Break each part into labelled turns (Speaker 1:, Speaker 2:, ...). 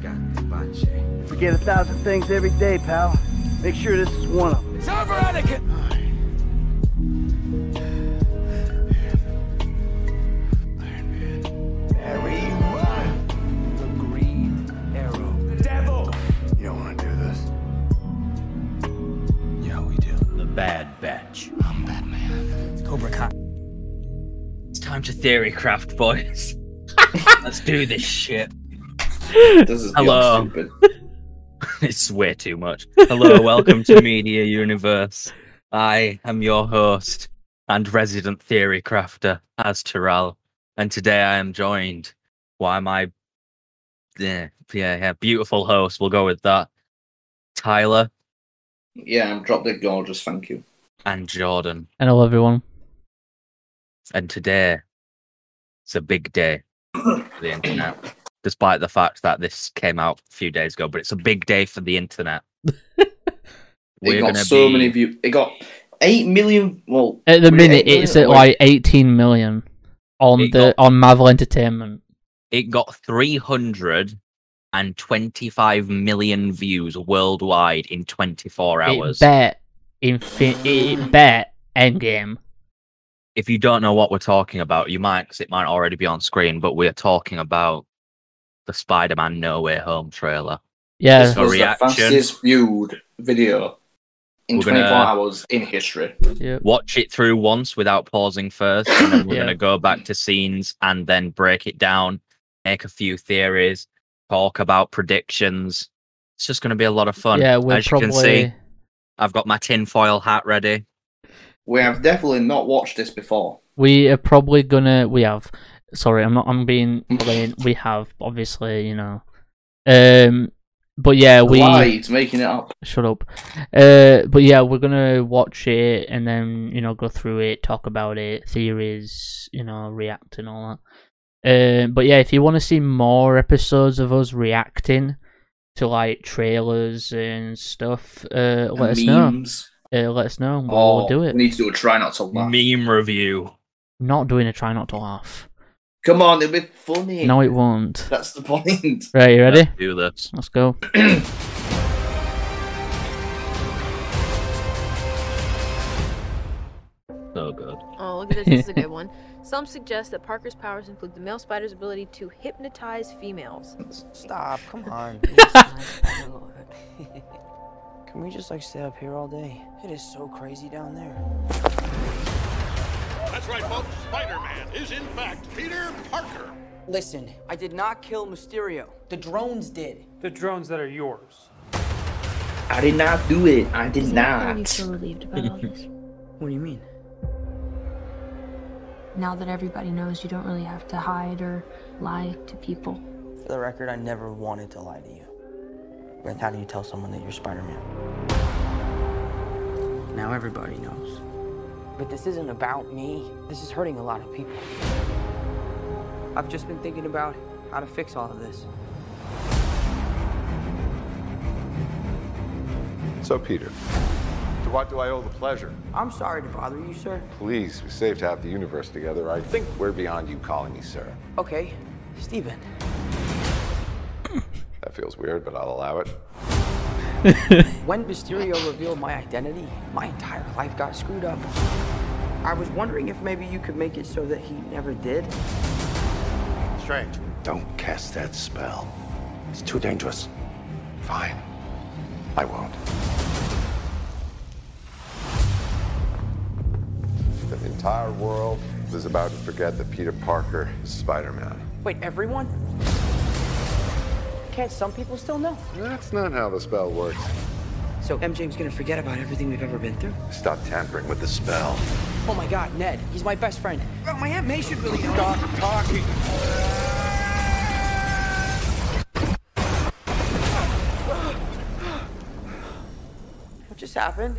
Speaker 1: We get a thousand things every day, pal. Make sure this is one of them.
Speaker 2: It's over, Anakin!
Speaker 3: Harry, what?
Speaker 2: The Green Arrow. Devil!
Speaker 3: You don't want to do this.
Speaker 2: Yeah, we do.
Speaker 4: The Bad Batch.
Speaker 3: I'm Batman.
Speaker 2: Cobra Kai.
Speaker 4: It's time to theory craft, boys. Let's do this shit.
Speaker 5: This is beyond
Speaker 4: Hello.
Speaker 5: stupid.
Speaker 4: It's way too much. Hello, welcome to Media Universe. I am your host and resident theory crafter, Az Terrell, and today I am joined by my yeah, yeah, yeah, beautiful host. We'll go with that. Tyler
Speaker 5: Yeah, I'm drop dead gorgeous, thank you.
Speaker 4: and Jordan.
Speaker 6: And hello everyone.
Speaker 4: And today, it's a big day for the internet, despite the fact that this came out a few days ago. But it's a big day for the internet.
Speaker 5: it got so many views. It got 8 million. Well,
Speaker 6: At
Speaker 5: was
Speaker 6: the
Speaker 5: it
Speaker 6: minute,
Speaker 5: 8
Speaker 6: it's at
Speaker 5: million?
Speaker 6: like 18 million on
Speaker 4: It
Speaker 6: the on Marvel Entertainment.
Speaker 4: It got three hundred and twenty-five million views worldwide in 24
Speaker 6: It
Speaker 4: hours.
Speaker 6: bet infin- it, it bet Endgame.
Speaker 4: if you don't know what we're talking about, you might, 'cause it might already be on screen, but we're talking about the Spider Man No Way Home trailer.
Speaker 6: Yeah,
Speaker 5: This was
Speaker 4: reaction.
Speaker 5: the fastest viewed video in
Speaker 4: We're gonna-
Speaker 5: 24 hours in history.
Speaker 6: yeah.
Speaker 4: watch it through once without pausing first, and then we're
Speaker 6: Yeah.
Speaker 4: going to go back to scenes and then break it down, make a few theories, talk about predictions. It's just going to be a lot of fun.
Speaker 6: yeah. We're
Speaker 4: As you
Speaker 6: probably
Speaker 4: can see, I've got my tinfoil hat ready.
Speaker 5: We have definitely not watched this before.
Speaker 6: we are probably gonna we have. Sorry, I'm not. I'm being. plain. we have obviously, you know. Um, but yeah, we.
Speaker 5: Lied, making it up.
Speaker 6: Shut up. Uh, but yeah, we're gonna watch it and then you know go through it, talk about it, theories, you know, react and all that. Uh, but yeah, if you want to see more episodes of us reacting to like trailers and stuff, uh, let us know.
Speaker 5: memes.
Speaker 6: Uh, let us know. and We'll
Speaker 5: Oh,
Speaker 6: do it.
Speaker 5: We need to do a try not to laugh.
Speaker 4: Meme review.
Speaker 6: Not doing a try not to laugh.
Speaker 5: Come on, it'll be funny.
Speaker 6: No, it won't.
Speaker 5: That's the point.
Speaker 6: Right, you ready?
Speaker 4: Let's do this.
Speaker 6: Let's go.
Speaker 4: So good.
Speaker 7: Oh, look at this. This is a good one. Some suggest that Parker's powers include the male spider's ability to hypnotize females.
Speaker 2: Stop, come on. Can we just like stay up here all day? It is so crazy down there.
Speaker 8: That's right, folks. Spider-Man is in fact Peter Parker.
Speaker 9: Listen, I did not kill Mysterio. The drones did.
Speaker 10: The drones that are yours.
Speaker 5: I did not do it. I did
Speaker 11: Are you
Speaker 5: not.
Speaker 11: so relieved about all this?
Speaker 9: What do you mean?
Speaker 11: Now that everybody knows, you don't really have to hide or lie to people.
Speaker 9: For the record, I never wanted to lie to you. But how do you tell someone that you're Spider-Man? Now everybody knows. But this isn't about me. This is hurting a lot of people. I've just been thinking about how to fix all of this.
Speaker 8: So, Peter, to what do I owe the pleasure?
Speaker 9: I'm sorry to bother you, sir.
Speaker 8: Please, we saved half the universe together. I think we're beyond you calling me sir.
Speaker 9: Okay, Steven.
Speaker 8: That feels weird, but I'll allow it.
Speaker 9: When Mysterio revealed my identity, my entire life got screwed up. I was wondering if maybe you could make it so that he never did.
Speaker 8: Strange. Don't cast that spell. It's too dangerous. Fine. I won't. The entire world is about to forget that Peter Parker is Spider-Man.
Speaker 9: Wait, everyone? Can't some people still know?
Speaker 8: That's not how the spell works.
Speaker 9: So MJ's gonna forget about everything we've ever been through?
Speaker 8: Stop tampering with the spell.
Speaker 9: Oh my god, Ned, he's my best friend. Oh, my Aunt May should really know.
Speaker 8: Stop talking.
Speaker 9: What just happened?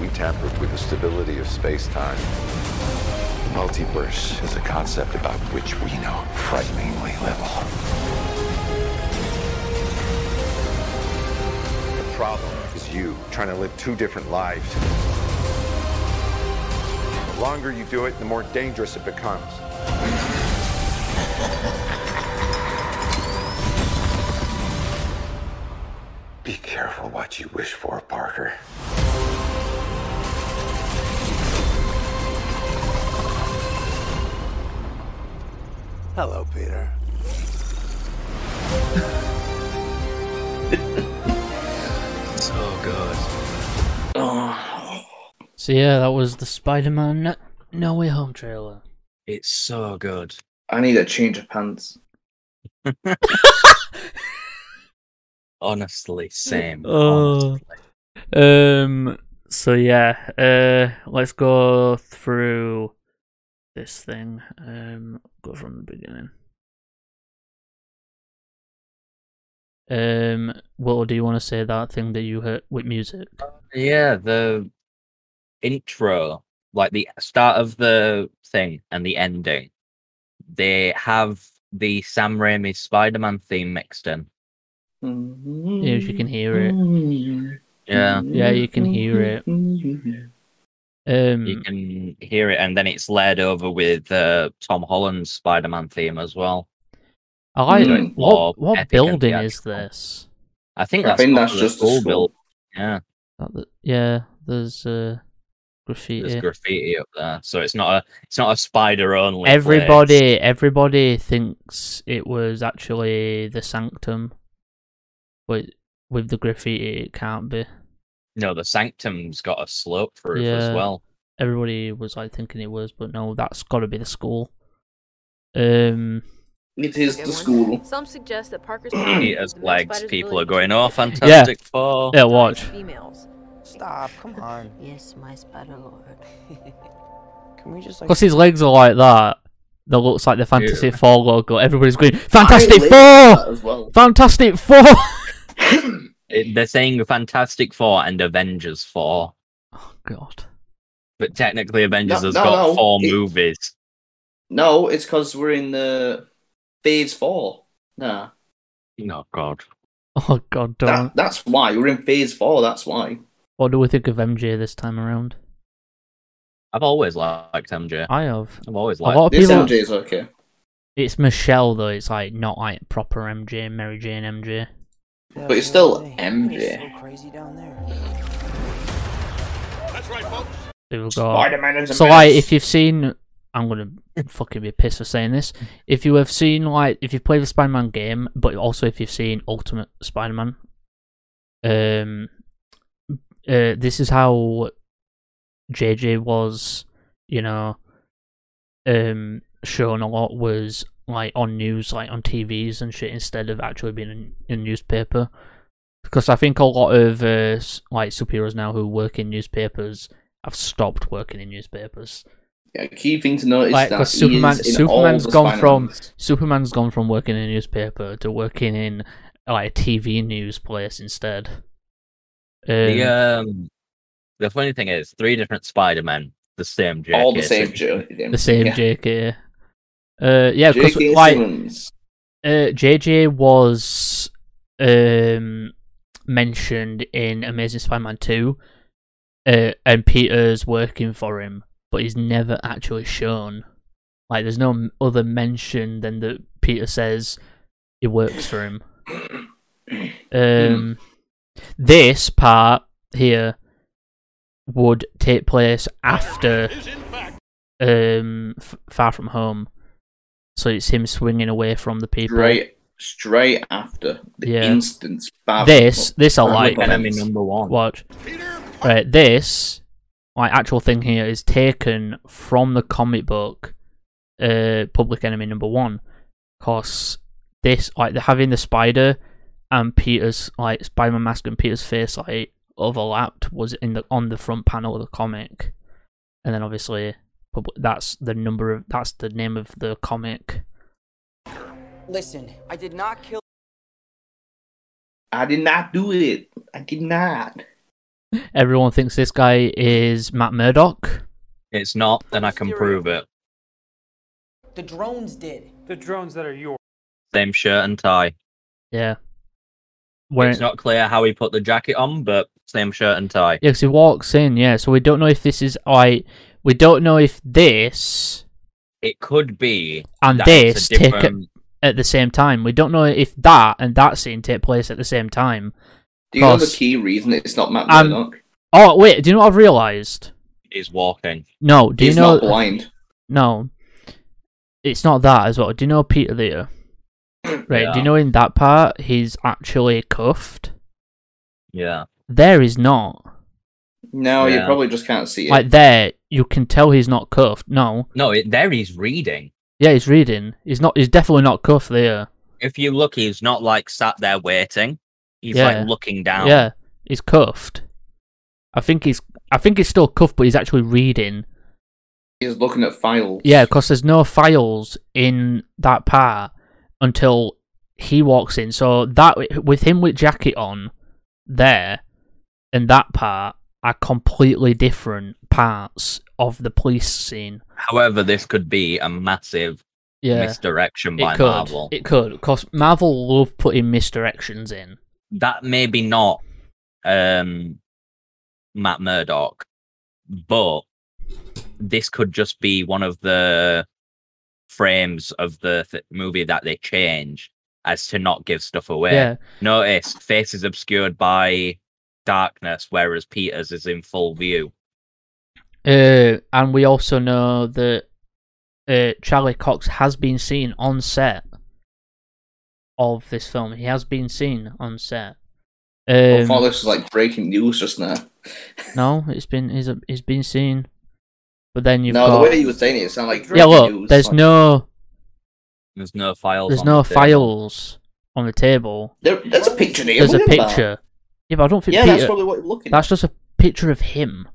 Speaker 8: We tampered with the stability of space-time. The multiverse is a concept about which we know frighteningly little. The problem is you trying to live two different lives. The longer you do it, the more dangerous it becomes. Be careful what you wish for, Parker.
Speaker 3: Hello, Peter.
Speaker 4: So good.
Speaker 6: So yeah, that was the Spider-Man No, no Way Home trailer.
Speaker 4: It's so good.
Speaker 5: I need a change of pants.
Speaker 4: Honestly, same.
Speaker 6: Oh. Um. So yeah. Uh. Let's go through this thing. Um. Go from the beginning. Um. What do you want to say that thing that you heard with music?
Speaker 4: Yeah, the intro, like the start of the thing and the ending, they have the Sam Raimi Spider Man theme mixed in.
Speaker 6: Yeah, you can hear
Speaker 5: Mm.
Speaker 6: it.
Speaker 4: Yeah.
Speaker 6: Yeah, you can hear it. Um.
Speaker 5: Mm.
Speaker 4: You can hear it, and then it's layered over with uh, Tom Holland's Spider Man theme as well.
Speaker 6: I like
Speaker 4: So it's more
Speaker 6: what what
Speaker 4: epic and
Speaker 6: building is
Speaker 4: theatrical.
Speaker 6: this?
Speaker 4: I think
Speaker 5: I
Speaker 4: that's,
Speaker 5: think
Speaker 4: part
Speaker 5: that's
Speaker 4: of the
Speaker 5: just the school.
Speaker 4: building. Yeah,
Speaker 6: That the- Yeah, there's uh, graffiti.
Speaker 4: there's graffiti up there, so it's not a it's not a spider only. place.
Speaker 6: everybody, everybody thinks it was actually the sanctum, but with the graffiti, it can't be.
Speaker 4: No, the sanctum's got a slope roof
Speaker 6: Yeah.
Speaker 4: as well.
Speaker 6: Everybody was like thinking it was, but no, that's got to be the school. Um,
Speaker 5: It is the
Speaker 7: Second one.
Speaker 5: school.
Speaker 7: Some suggest that Parker's
Speaker 4: Peter's legs, people are going, oh,
Speaker 7: fantastic.
Speaker 4: fantastic four.
Speaker 6: yeah, watch.
Speaker 7: Females.
Speaker 9: Stop, come on.
Speaker 11: Yes, my spider lord.
Speaker 2: Can we just like?
Speaker 6: Because his legs are like that. That looks like the Fantasy
Speaker 4: Ew.
Speaker 6: Four logo. Everybody's going,
Speaker 5: I
Speaker 6: Fantastic
Speaker 5: live
Speaker 6: Four!
Speaker 5: that As well.
Speaker 6: Fantastic Four!
Speaker 4: It- They're saying Fantastic Four and Avengers Four,
Speaker 6: oh, God.
Speaker 4: but technically Avengers
Speaker 5: No,
Speaker 4: has
Speaker 5: no,
Speaker 4: got
Speaker 5: no,
Speaker 4: four
Speaker 5: it-
Speaker 4: movies.
Speaker 5: No, it's because we're in the phase four. Nah,
Speaker 4: Oh God,
Speaker 6: Oh, God, darn.
Speaker 5: that, that's why we're in phase four. That's why.
Speaker 6: What do we think of MJ this time around?
Speaker 4: I've always liked MJ.
Speaker 6: I have.
Speaker 4: I've always
Speaker 6: A lot
Speaker 4: liked.
Speaker 6: of
Speaker 5: This
Speaker 6: people.
Speaker 5: MJ is okay.
Speaker 6: It's Michelle though. It's like not like proper MJ, Mary Jane MJ.
Speaker 5: But it's still
Speaker 2: It's
Speaker 5: MJ.
Speaker 2: so crazy down there.
Speaker 6: They will go-
Speaker 5: Spider-Man is a
Speaker 6: So like,
Speaker 5: mess.
Speaker 6: if you've seen, I'm gonna fucking be pissed for saying this. If you have seen like, if you've played the Spider-Man game, but also if you've seen Ultimate Spider-Man, um, uh, this is how JJ was, you know, um, shown a lot was like on news, like on TVs and shit, instead of actually being in, in newspaper. Because I think a lot of uh, s- like superheroes now who work in newspapers have stopped working in newspapers.
Speaker 5: Yeah, key thing to notice
Speaker 6: Like,
Speaker 5: that
Speaker 6: 'cause
Speaker 5: he
Speaker 6: Superman-
Speaker 5: is in
Speaker 6: Superman's
Speaker 5: all the
Speaker 6: gone from-
Speaker 5: Spider-Mans.
Speaker 6: Superman's gone from working in a newspaper to working in like a TV news place instead. Um,
Speaker 4: The, um, the funny thing is, three different Spider Men, the same jacket.
Speaker 5: all the same.
Speaker 4: so-
Speaker 5: J-
Speaker 6: Um, the same
Speaker 5: yeah.
Speaker 6: JK. Uh, yeah, because
Speaker 5: J.K.
Speaker 6: like
Speaker 5: Simmons.
Speaker 6: uh, JJ was um, mentioned in Amazing Spider-Man Two, uh, and Peter's working for him, but he's never actually shown. Like, there's no m- other mention than that Peter says it works for him. Um, this part here would take place after um, f- Far From Home. So it's him swinging away from the people.
Speaker 5: Straight, straight after the
Speaker 6: Yeah.
Speaker 5: instant spam.
Speaker 6: This, this I
Speaker 5: Public
Speaker 6: like.
Speaker 4: enemy number one.
Speaker 6: Watch. Right, this, my actual thing here is taken from the comic book, uh, Public Enemy Number One, cause this like they're having the spider and Peter's like Spider-Man mask and Peter's face like overlapped was in the on the front panel of the comic, and then obviously public, that's the number of that's the name of the comic.
Speaker 9: Listen, I did not kill.
Speaker 5: I did not do it. I did not.
Speaker 6: Everyone thinks this guy is Matt Murdock.
Speaker 4: It's not, and I can prove it.
Speaker 9: The drones did.
Speaker 10: The drones that are yours.
Speaker 4: Same shirt and tie.
Speaker 6: Yeah. Wearing-
Speaker 4: It's not clear how he put the jacket on, but same shirt and tie.
Speaker 6: Yeah, 'cause he walks in. Yeah, so we don't know if this is I. We don't know if this
Speaker 4: it could be
Speaker 6: and
Speaker 4: that
Speaker 6: this
Speaker 4: it's a
Speaker 6: take
Speaker 4: different-
Speaker 6: at the same time. We don't know if that and that scene take place at the same time.
Speaker 5: Do you know the
Speaker 6: Because-
Speaker 5: key reason it's not Matt
Speaker 6: Um,
Speaker 5: Murdock?
Speaker 6: Oh wait, do you know what I've realised?
Speaker 4: is walking.
Speaker 6: No, do
Speaker 5: He's
Speaker 6: you know?
Speaker 5: not blind.
Speaker 6: No, it's not that as well. Do you know Peter Lear? Right. Do
Speaker 4: Yeah.
Speaker 6: you know in that part he's actually cuffed?
Speaker 4: Yeah.
Speaker 6: There is not.
Speaker 5: No, you
Speaker 4: Yeah.
Speaker 5: probably just can't see it.
Speaker 6: Like there, you can tell he's not cuffed. No.
Speaker 4: No, it, there he's reading.
Speaker 6: Yeah, he's reading. He's not. He's definitely not cuffed there.
Speaker 4: If you look, he's not like sat there waiting. He's
Speaker 6: Yeah.
Speaker 4: like looking down.
Speaker 6: Yeah, he's cuffed. I think he's. I think he's still cuffed, but he's actually reading.
Speaker 5: He's looking at files.
Speaker 6: Yeah, because there's no files in that part until he walks in. So that with him with jacket on, there, and that part are completely different parts of the police scene.
Speaker 4: However, this could be a massive
Speaker 6: Yeah,
Speaker 4: misdirection by
Speaker 6: it could.
Speaker 4: Marvel.
Speaker 6: It could, because Marvel love putting misdirections in.
Speaker 4: that may be not um, Matt Murdock, but this could just be one of the frames of the th- movie that they change as to not give stuff away.
Speaker 6: Yeah.
Speaker 4: Notice face is obscured by darkness, whereas Peter's is in full view.
Speaker 6: Uh, and we also know that uh, Charlie Cox has been seen on set of this film. He has been seen on set.
Speaker 5: I
Speaker 6: Um,
Speaker 5: thought this was like breaking news just now.
Speaker 6: no, it's been he's, he's been seen, but then you've
Speaker 5: no,
Speaker 6: got
Speaker 5: the way you were saying it, it sounded like
Speaker 6: yeah.
Speaker 5: breaking
Speaker 6: Look,
Speaker 5: news.
Speaker 6: there's
Speaker 5: like-
Speaker 6: no
Speaker 4: There's no files.
Speaker 6: there's
Speaker 4: on
Speaker 6: no
Speaker 4: the table.
Speaker 6: files on the table.
Speaker 5: There, there's a picture there.
Speaker 6: There's a
Speaker 5: what are you on about?
Speaker 6: picture. Yeah, but I don't think
Speaker 5: Yeah,
Speaker 6: Peter.
Speaker 5: that's probably what you're looking
Speaker 6: that's just a picture of him.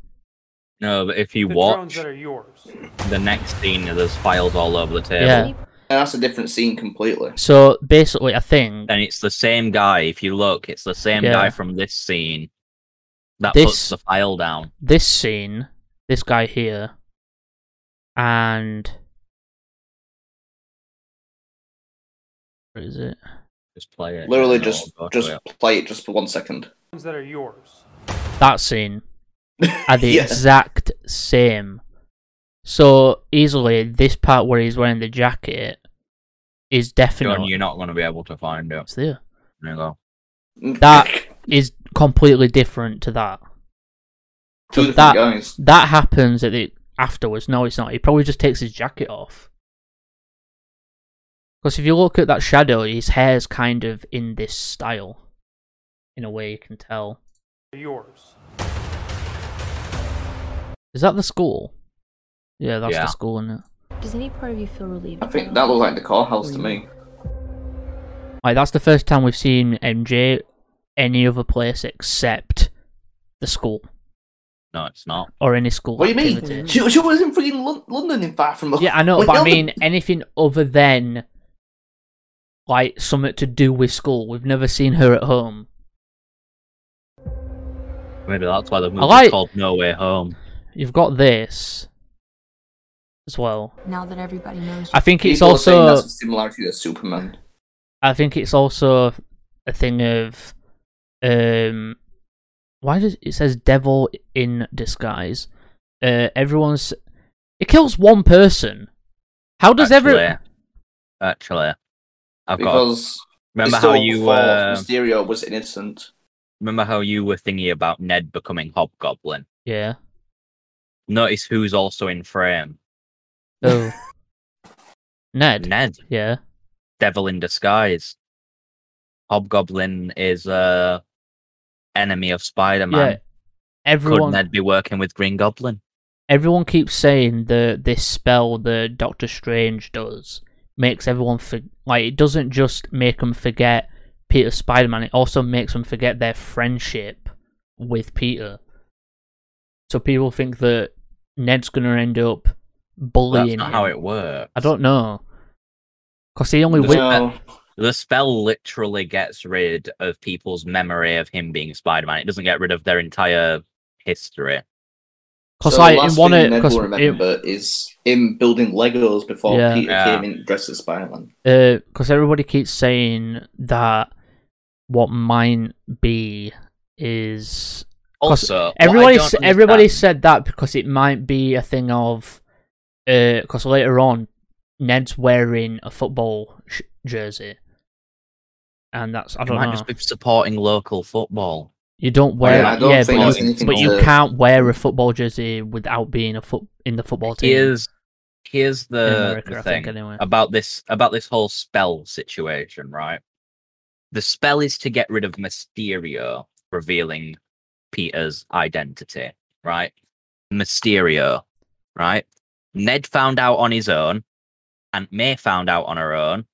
Speaker 4: No, but if you
Speaker 10: The drones
Speaker 4: watch
Speaker 10: that are yours.
Speaker 4: the next scene, there's files all over the table.
Speaker 6: Yeah.
Speaker 5: And that's a different scene completely.
Speaker 6: So basically, I think
Speaker 4: and it's the same guy. If you look, it's the same
Speaker 6: Yeah.
Speaker 4: guy from this scene that
Speaker 6: This-
Speaker 4: puts the file down.
Speaker 6: this scene, this guy here, and where is it?
Speaker 4: Just play it.
Speaker 5: Literally,
Speaker 4: No,
Speaker 5: just
Speaker 4: go
Speaker 5: just
Speaker 4: to it.
Speaker 5: play it just for one second.
Speaker 10: Drones that are yours.
Speaker 6: That scene are the
Speaker 5: Yeah.
Speaker 6: exact same. So easily, this part where he's wearing the jacket is
Speaker 4: John,
Speaker 6: definitely
Speaker 4: you're not going to be able to find it.
Speaker 6: it's there.
Speaker 4: There you go.
Speaker 6: That is completely different to that.
Speaker 5: Two
Speaker 6: So
Speaker 5: different
Speaker 6: that
Speaker 5: guys.
Speaker 6: that happens at the afterwards. No, it's not. He probably just takes his jacket off. Because if you look at that shadow, his hair's kind of in this style. In a way, you can tell.
Speaker 10: Are yours.
Speaker 6: Is that the school? Yeah, that's
Speaker 4: Yeah.
Speaker 6: the school, isn't it?
Speaker 11: Does any part of you feel relieved?
Speaker 5: I think
Speaker 11: now?
Speaker 5: that looked like the car house to me.
Speaker 6: Like that's the first time we've seen MJ any other place except the school
Speaker 4: No, it's not.
Speaker 6: or any school.
Speaker 5: What do you mean?
Speaker 6: activity.
Speaker 5: She, she was in freaking Lon- London in Far From Home.
Speaker 6: Yeah, I know,
Speaker 5: Wait,
Speaker 6: but I
Speaker 5: no, the-
Speaker 6: mean anything other than like something to do with school. We've never seen her at home.
Speaker 4: Maybe that's why the movie's
Speaker 6: like-
Speaker 4: called No Way Home.
Speaker 6: You've got this as well.
Speaker 11: Now that everybody knows
Speaker 6: I think it's
Speaker 5: people are saying
Speaker 6: also
Speaker 5: that's a similarity to Superman.
Speaker 6: I think it's also a thing of um why does it says devil in disguise? Uh everyone's it kills one person. How does every
Speaker 4: Actually- Actually, I've got.
Speaker 5: Because
Speaker 4: Remember
Speaker 5: it's all
Speaker 4: how you
Speaker 5: thought
Speaker 4: uh,
Speaker 5: Mysterio was innocent.
Speaker 4: remember how you were thinking about Ned becoming Hobgoblin?
Speaker 6: Yeah.
Speaker 4: Notice who's also in frame.
Speaker 6: Oh. Ned.
Speaker 4: Ned,
Speaker 6: Yeah.
Speaker 4: Devil in disguise. Hobgoblin is uh enemy of Spider-Man.
Speaker 6: Yeah. Everyone
Speaker 4: Could Ned be working with Green Goblin?
Speaker 6: everyone keeps saying that this spell that Doctor Strange does makes everyone for- like it doesn't just make them forget Peter Spider Man. It also makes them forget their friendship with Peter. So people think that Ned's gonna end up
Speaker 4: That's
Speaker 6: bullying.
Speaker 4: not
Speaker 6: him.
Speaker 4: how it works.
Speaker 6: I don't know, cause he only wi-
Speaker 5: No,
Speaker 4: The spell literally gets rid of people's memory of him being Spider-Man. It doesn't get rid of their entire history.
Speaker 6: cause
Speaker 5: so
Speaker 6: like
Speaker 5: the
Speaker 6: in
Speaker 5: last
Speaker 6: one
Speaker 5: thing
Speaker 6: of
Speaker 5: Ned
Speaker 6: cause
Speaker 5: will remember is him building Legos before
Speaker 6: Yeah.
Speaker 5: Peter
Speaker 4: Yeah.
Speaker 5: came in dressed as Spider-Man.
Speaker 6: because Uh, everybody keeps saying that what might be is 'Cause
Speaker 4: Also, what I
Speaker 6: everybody
Speaker 4: don't
Speaker 6: s- everybody
Speaker 4: understand-
Speaker 6: said that because it might be a thing of because uh, later on Ned's wearing a football sh- jersey, and that's I
Speaker 4: It
Speaker 6: don't
Speaker 4: might
Speaker 6: know.
Speaker 4: just be supporting local football.
Speaker 6: You don't wear,
Speaker 4: Oh, Yeah, I don't
Speaker 6: yeah,
Speaker 4: think
Speaker 6: but,
Speaker 4: there's
Speaker 6: you,
Speaker 4: anything
Speaker 6: but you
Speaker 4: to-
Speaker 6: can't wear a football jersey without being a foot in the football team.
Speaker 4: Here's here's the,
Speaker 6: America,
Speaker 4: uh, the
Speaker 6: I
Speaker 4: thing
Speaker 6: think, anyway.
Speaker 4: about this about this whole spell situation, right? The spell is to get rid of Mysterio revealing Peter's identity, right? Mysterio, right? Ned found out on his own, Aunt May found out on her own,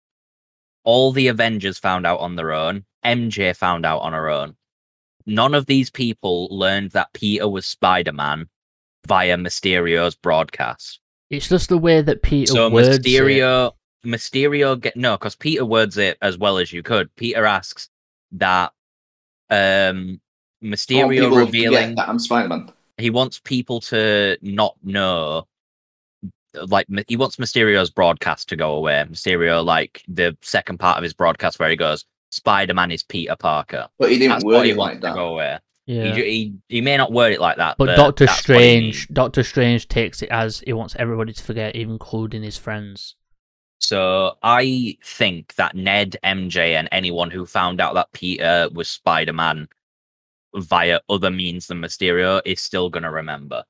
Speaker 4: all the Avengers found out on their own, MJ found out on her own. None of these people learned that Peter was Spider Man via Mysterio's broadcast.
Speaker 6: It's just the way that Peter
Speaker 4: So
Speaker 6: words it.
Speaker 4: Mysterio, Mysterio, get no, because Peter words it as well as you could. Peter asks that um
Speaker 5: I want
Speaker 4: Mysterio
Speaker 5: people to forget
Speaker 4: revealing
Speaker 5: that I'm Spider-Man.
Speaker 4: he wants people to not know like m- he wants mysterio's broadcast to go away mysterio like the second part of his broadcast where he goes spider-man is peter parker
Speaker 5: But he didn't
Speaker 4: That's
Speaker 5: word
Speaker 4: what he
Speaker 5: it
Speaker 4: wants
Speaker 5: like
Speaker 4: to
Speaker 5: that.
Speaker 4: go away
Speaker 6: Yeah.
Speaker 4: he, ju- he, he may not word it like that
Speaker 6: But
Speaker 4: but,
Speaker 6: Doctor
Speaker 4: that's what he
Speaker 6: Strange, Doctor Strange takes it as he wants everybody to forget, including his friends.
Speaker 4: So I think that Ned, MJ, and anyone who found out that Peter was Spider Man via other means than Mysterio is still going to remember.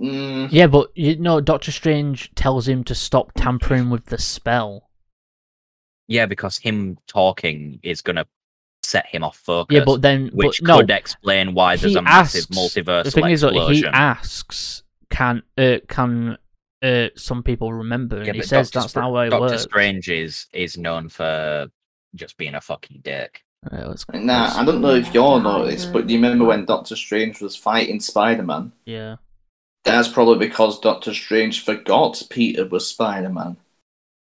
Speaker 4: Mm-hmm.
Speaker 5: Mm,
Speaker 6: Yeah, but you know, Doctor Strange tells him to stop tampering with the spell.
Speaker 4: Yeah, because him talking is going to set him off focus.
Speaker 6: Yeah, but then- but
Speaker 4: which
Speaker 6: no.
Speaker 4: could explain why there's
Speaker 6: He
Speaker 4: a massive
Speaker 6: asks-
Speaker 4: multiverse
Speaker 6: The thing is, that
Speaker 4: explosion.
Speaker 6: he asks, "Can uh, can uh, some people remember?" And
Speaker 4: yeah,
Speaker 6: he
Speaker 4: but
Speaker 6: says
Speaker 4: Doctor
Speaker 6: that's
Speaker 4: Str-
Speaker 6: not how it
Speaker 4: Doctor
Speaker 6: works.
Speaker 4: Strange is is known for just being a fucking dick.
Speaker 6: Right, let's-
Speaker 5: Nah, I don't know if you all know this, but do you remember when Doctor Strange was fighting Spider-Man?
Speaker 6: Yeah.
Speaker 5: That's probably because Doctor Strange forgot Peter was Spider-Man.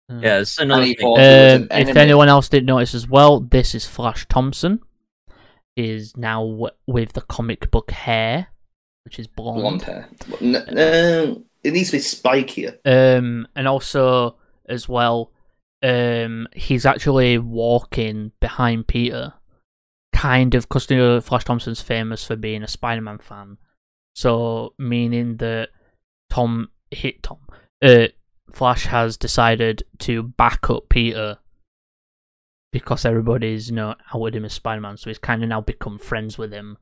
Speaker 6: Hmm.
Speaker 4: Yeah, it's another
Speaker 5: he
Speaker 4: thing.
Speaker 5: thought he was an
Speaker 6: Um, Uh, if
Speaker 5: enemy.
Speaker 6: anyone else didn't notice as well, this is Flash Thompson. Is now w- with the comic book hair, which is blonde.
Speaker 5: blonde hair. N- uh, it needs to be spikier.
Speaker 6: Um, and also as well, um, he's actually walking behind Peter, kind of because you know, Flash Thompson's famous for being a Spider-Man fan, so meaning that Tom hit Tom. Uh, Flash has decided to back up Peter because everybody's you know outed him as Spider-Man, so he's kind of now become friends with him.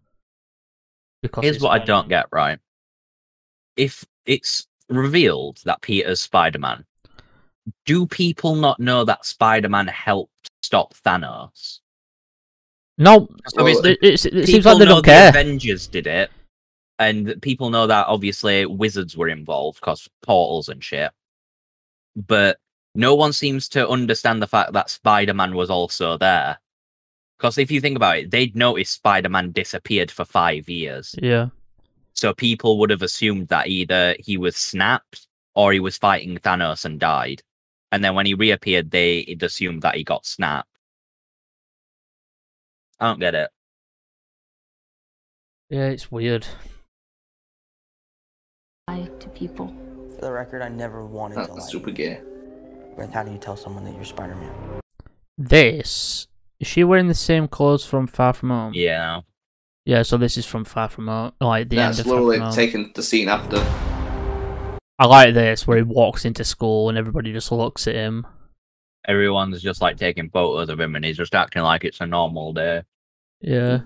Speaker 6: Because
Speaker 4: Here's
Speaker 6: he's
Speaker 4: what I
Speaker 6: Spider-Man.
Speaker 4: don't get right. If it's revealed that Peter's Spider Man, do people not know that Spider Man helped stop Thanos?
Speaker 6: No,
Speaker 4: Obviously,
Speaker 6: it, it- it seems
Speaker 4: people
Speaker 6: like they
Speaker 4: know
Speaker 6: don't
Speaker 4: the
Speaker 6: care.
Speaker 4: Avengers did it, and people know that obviously wizards were involved because portals and shit. But no one seems to understand the fact that Spider Man was also there. Because if you think about it, they'd noticed Spider Man disappeared for five years.
Speaker 6: Yeah.
Speaker 4: So people would have assumed that either he was snapped or he was fighting Thanos and died. And then when he reappeared, they'd assumed that he got snapped. I don't get it.
Speaker 6: Yeah, it's weird.
Speaker 11: Lie to people.
Speaker 9: For the record, I never wanted to lie.
Speaker 5: That's super gay.
Speaker 9: But how do you tell someone that you're Spider-Man?
Speaker 6: This is she wearing the same clothes from Far From Home?
Speaker 4: Yeah.
Speaker 6: Yeah, so this is from Far From Home, like the
Speaker 5: That's
Speaker 6: end of Far From
Speaker 5: slowly
Speaker 6: Home.
Speaker 5: taking the scene after.
Speaker 6: I like this where he walks into school and everybody just looks at him.
Speaker 4: Everyone's just like taking photos of him and he's just acting like it's a normal day.
Speaker 6: Yeah.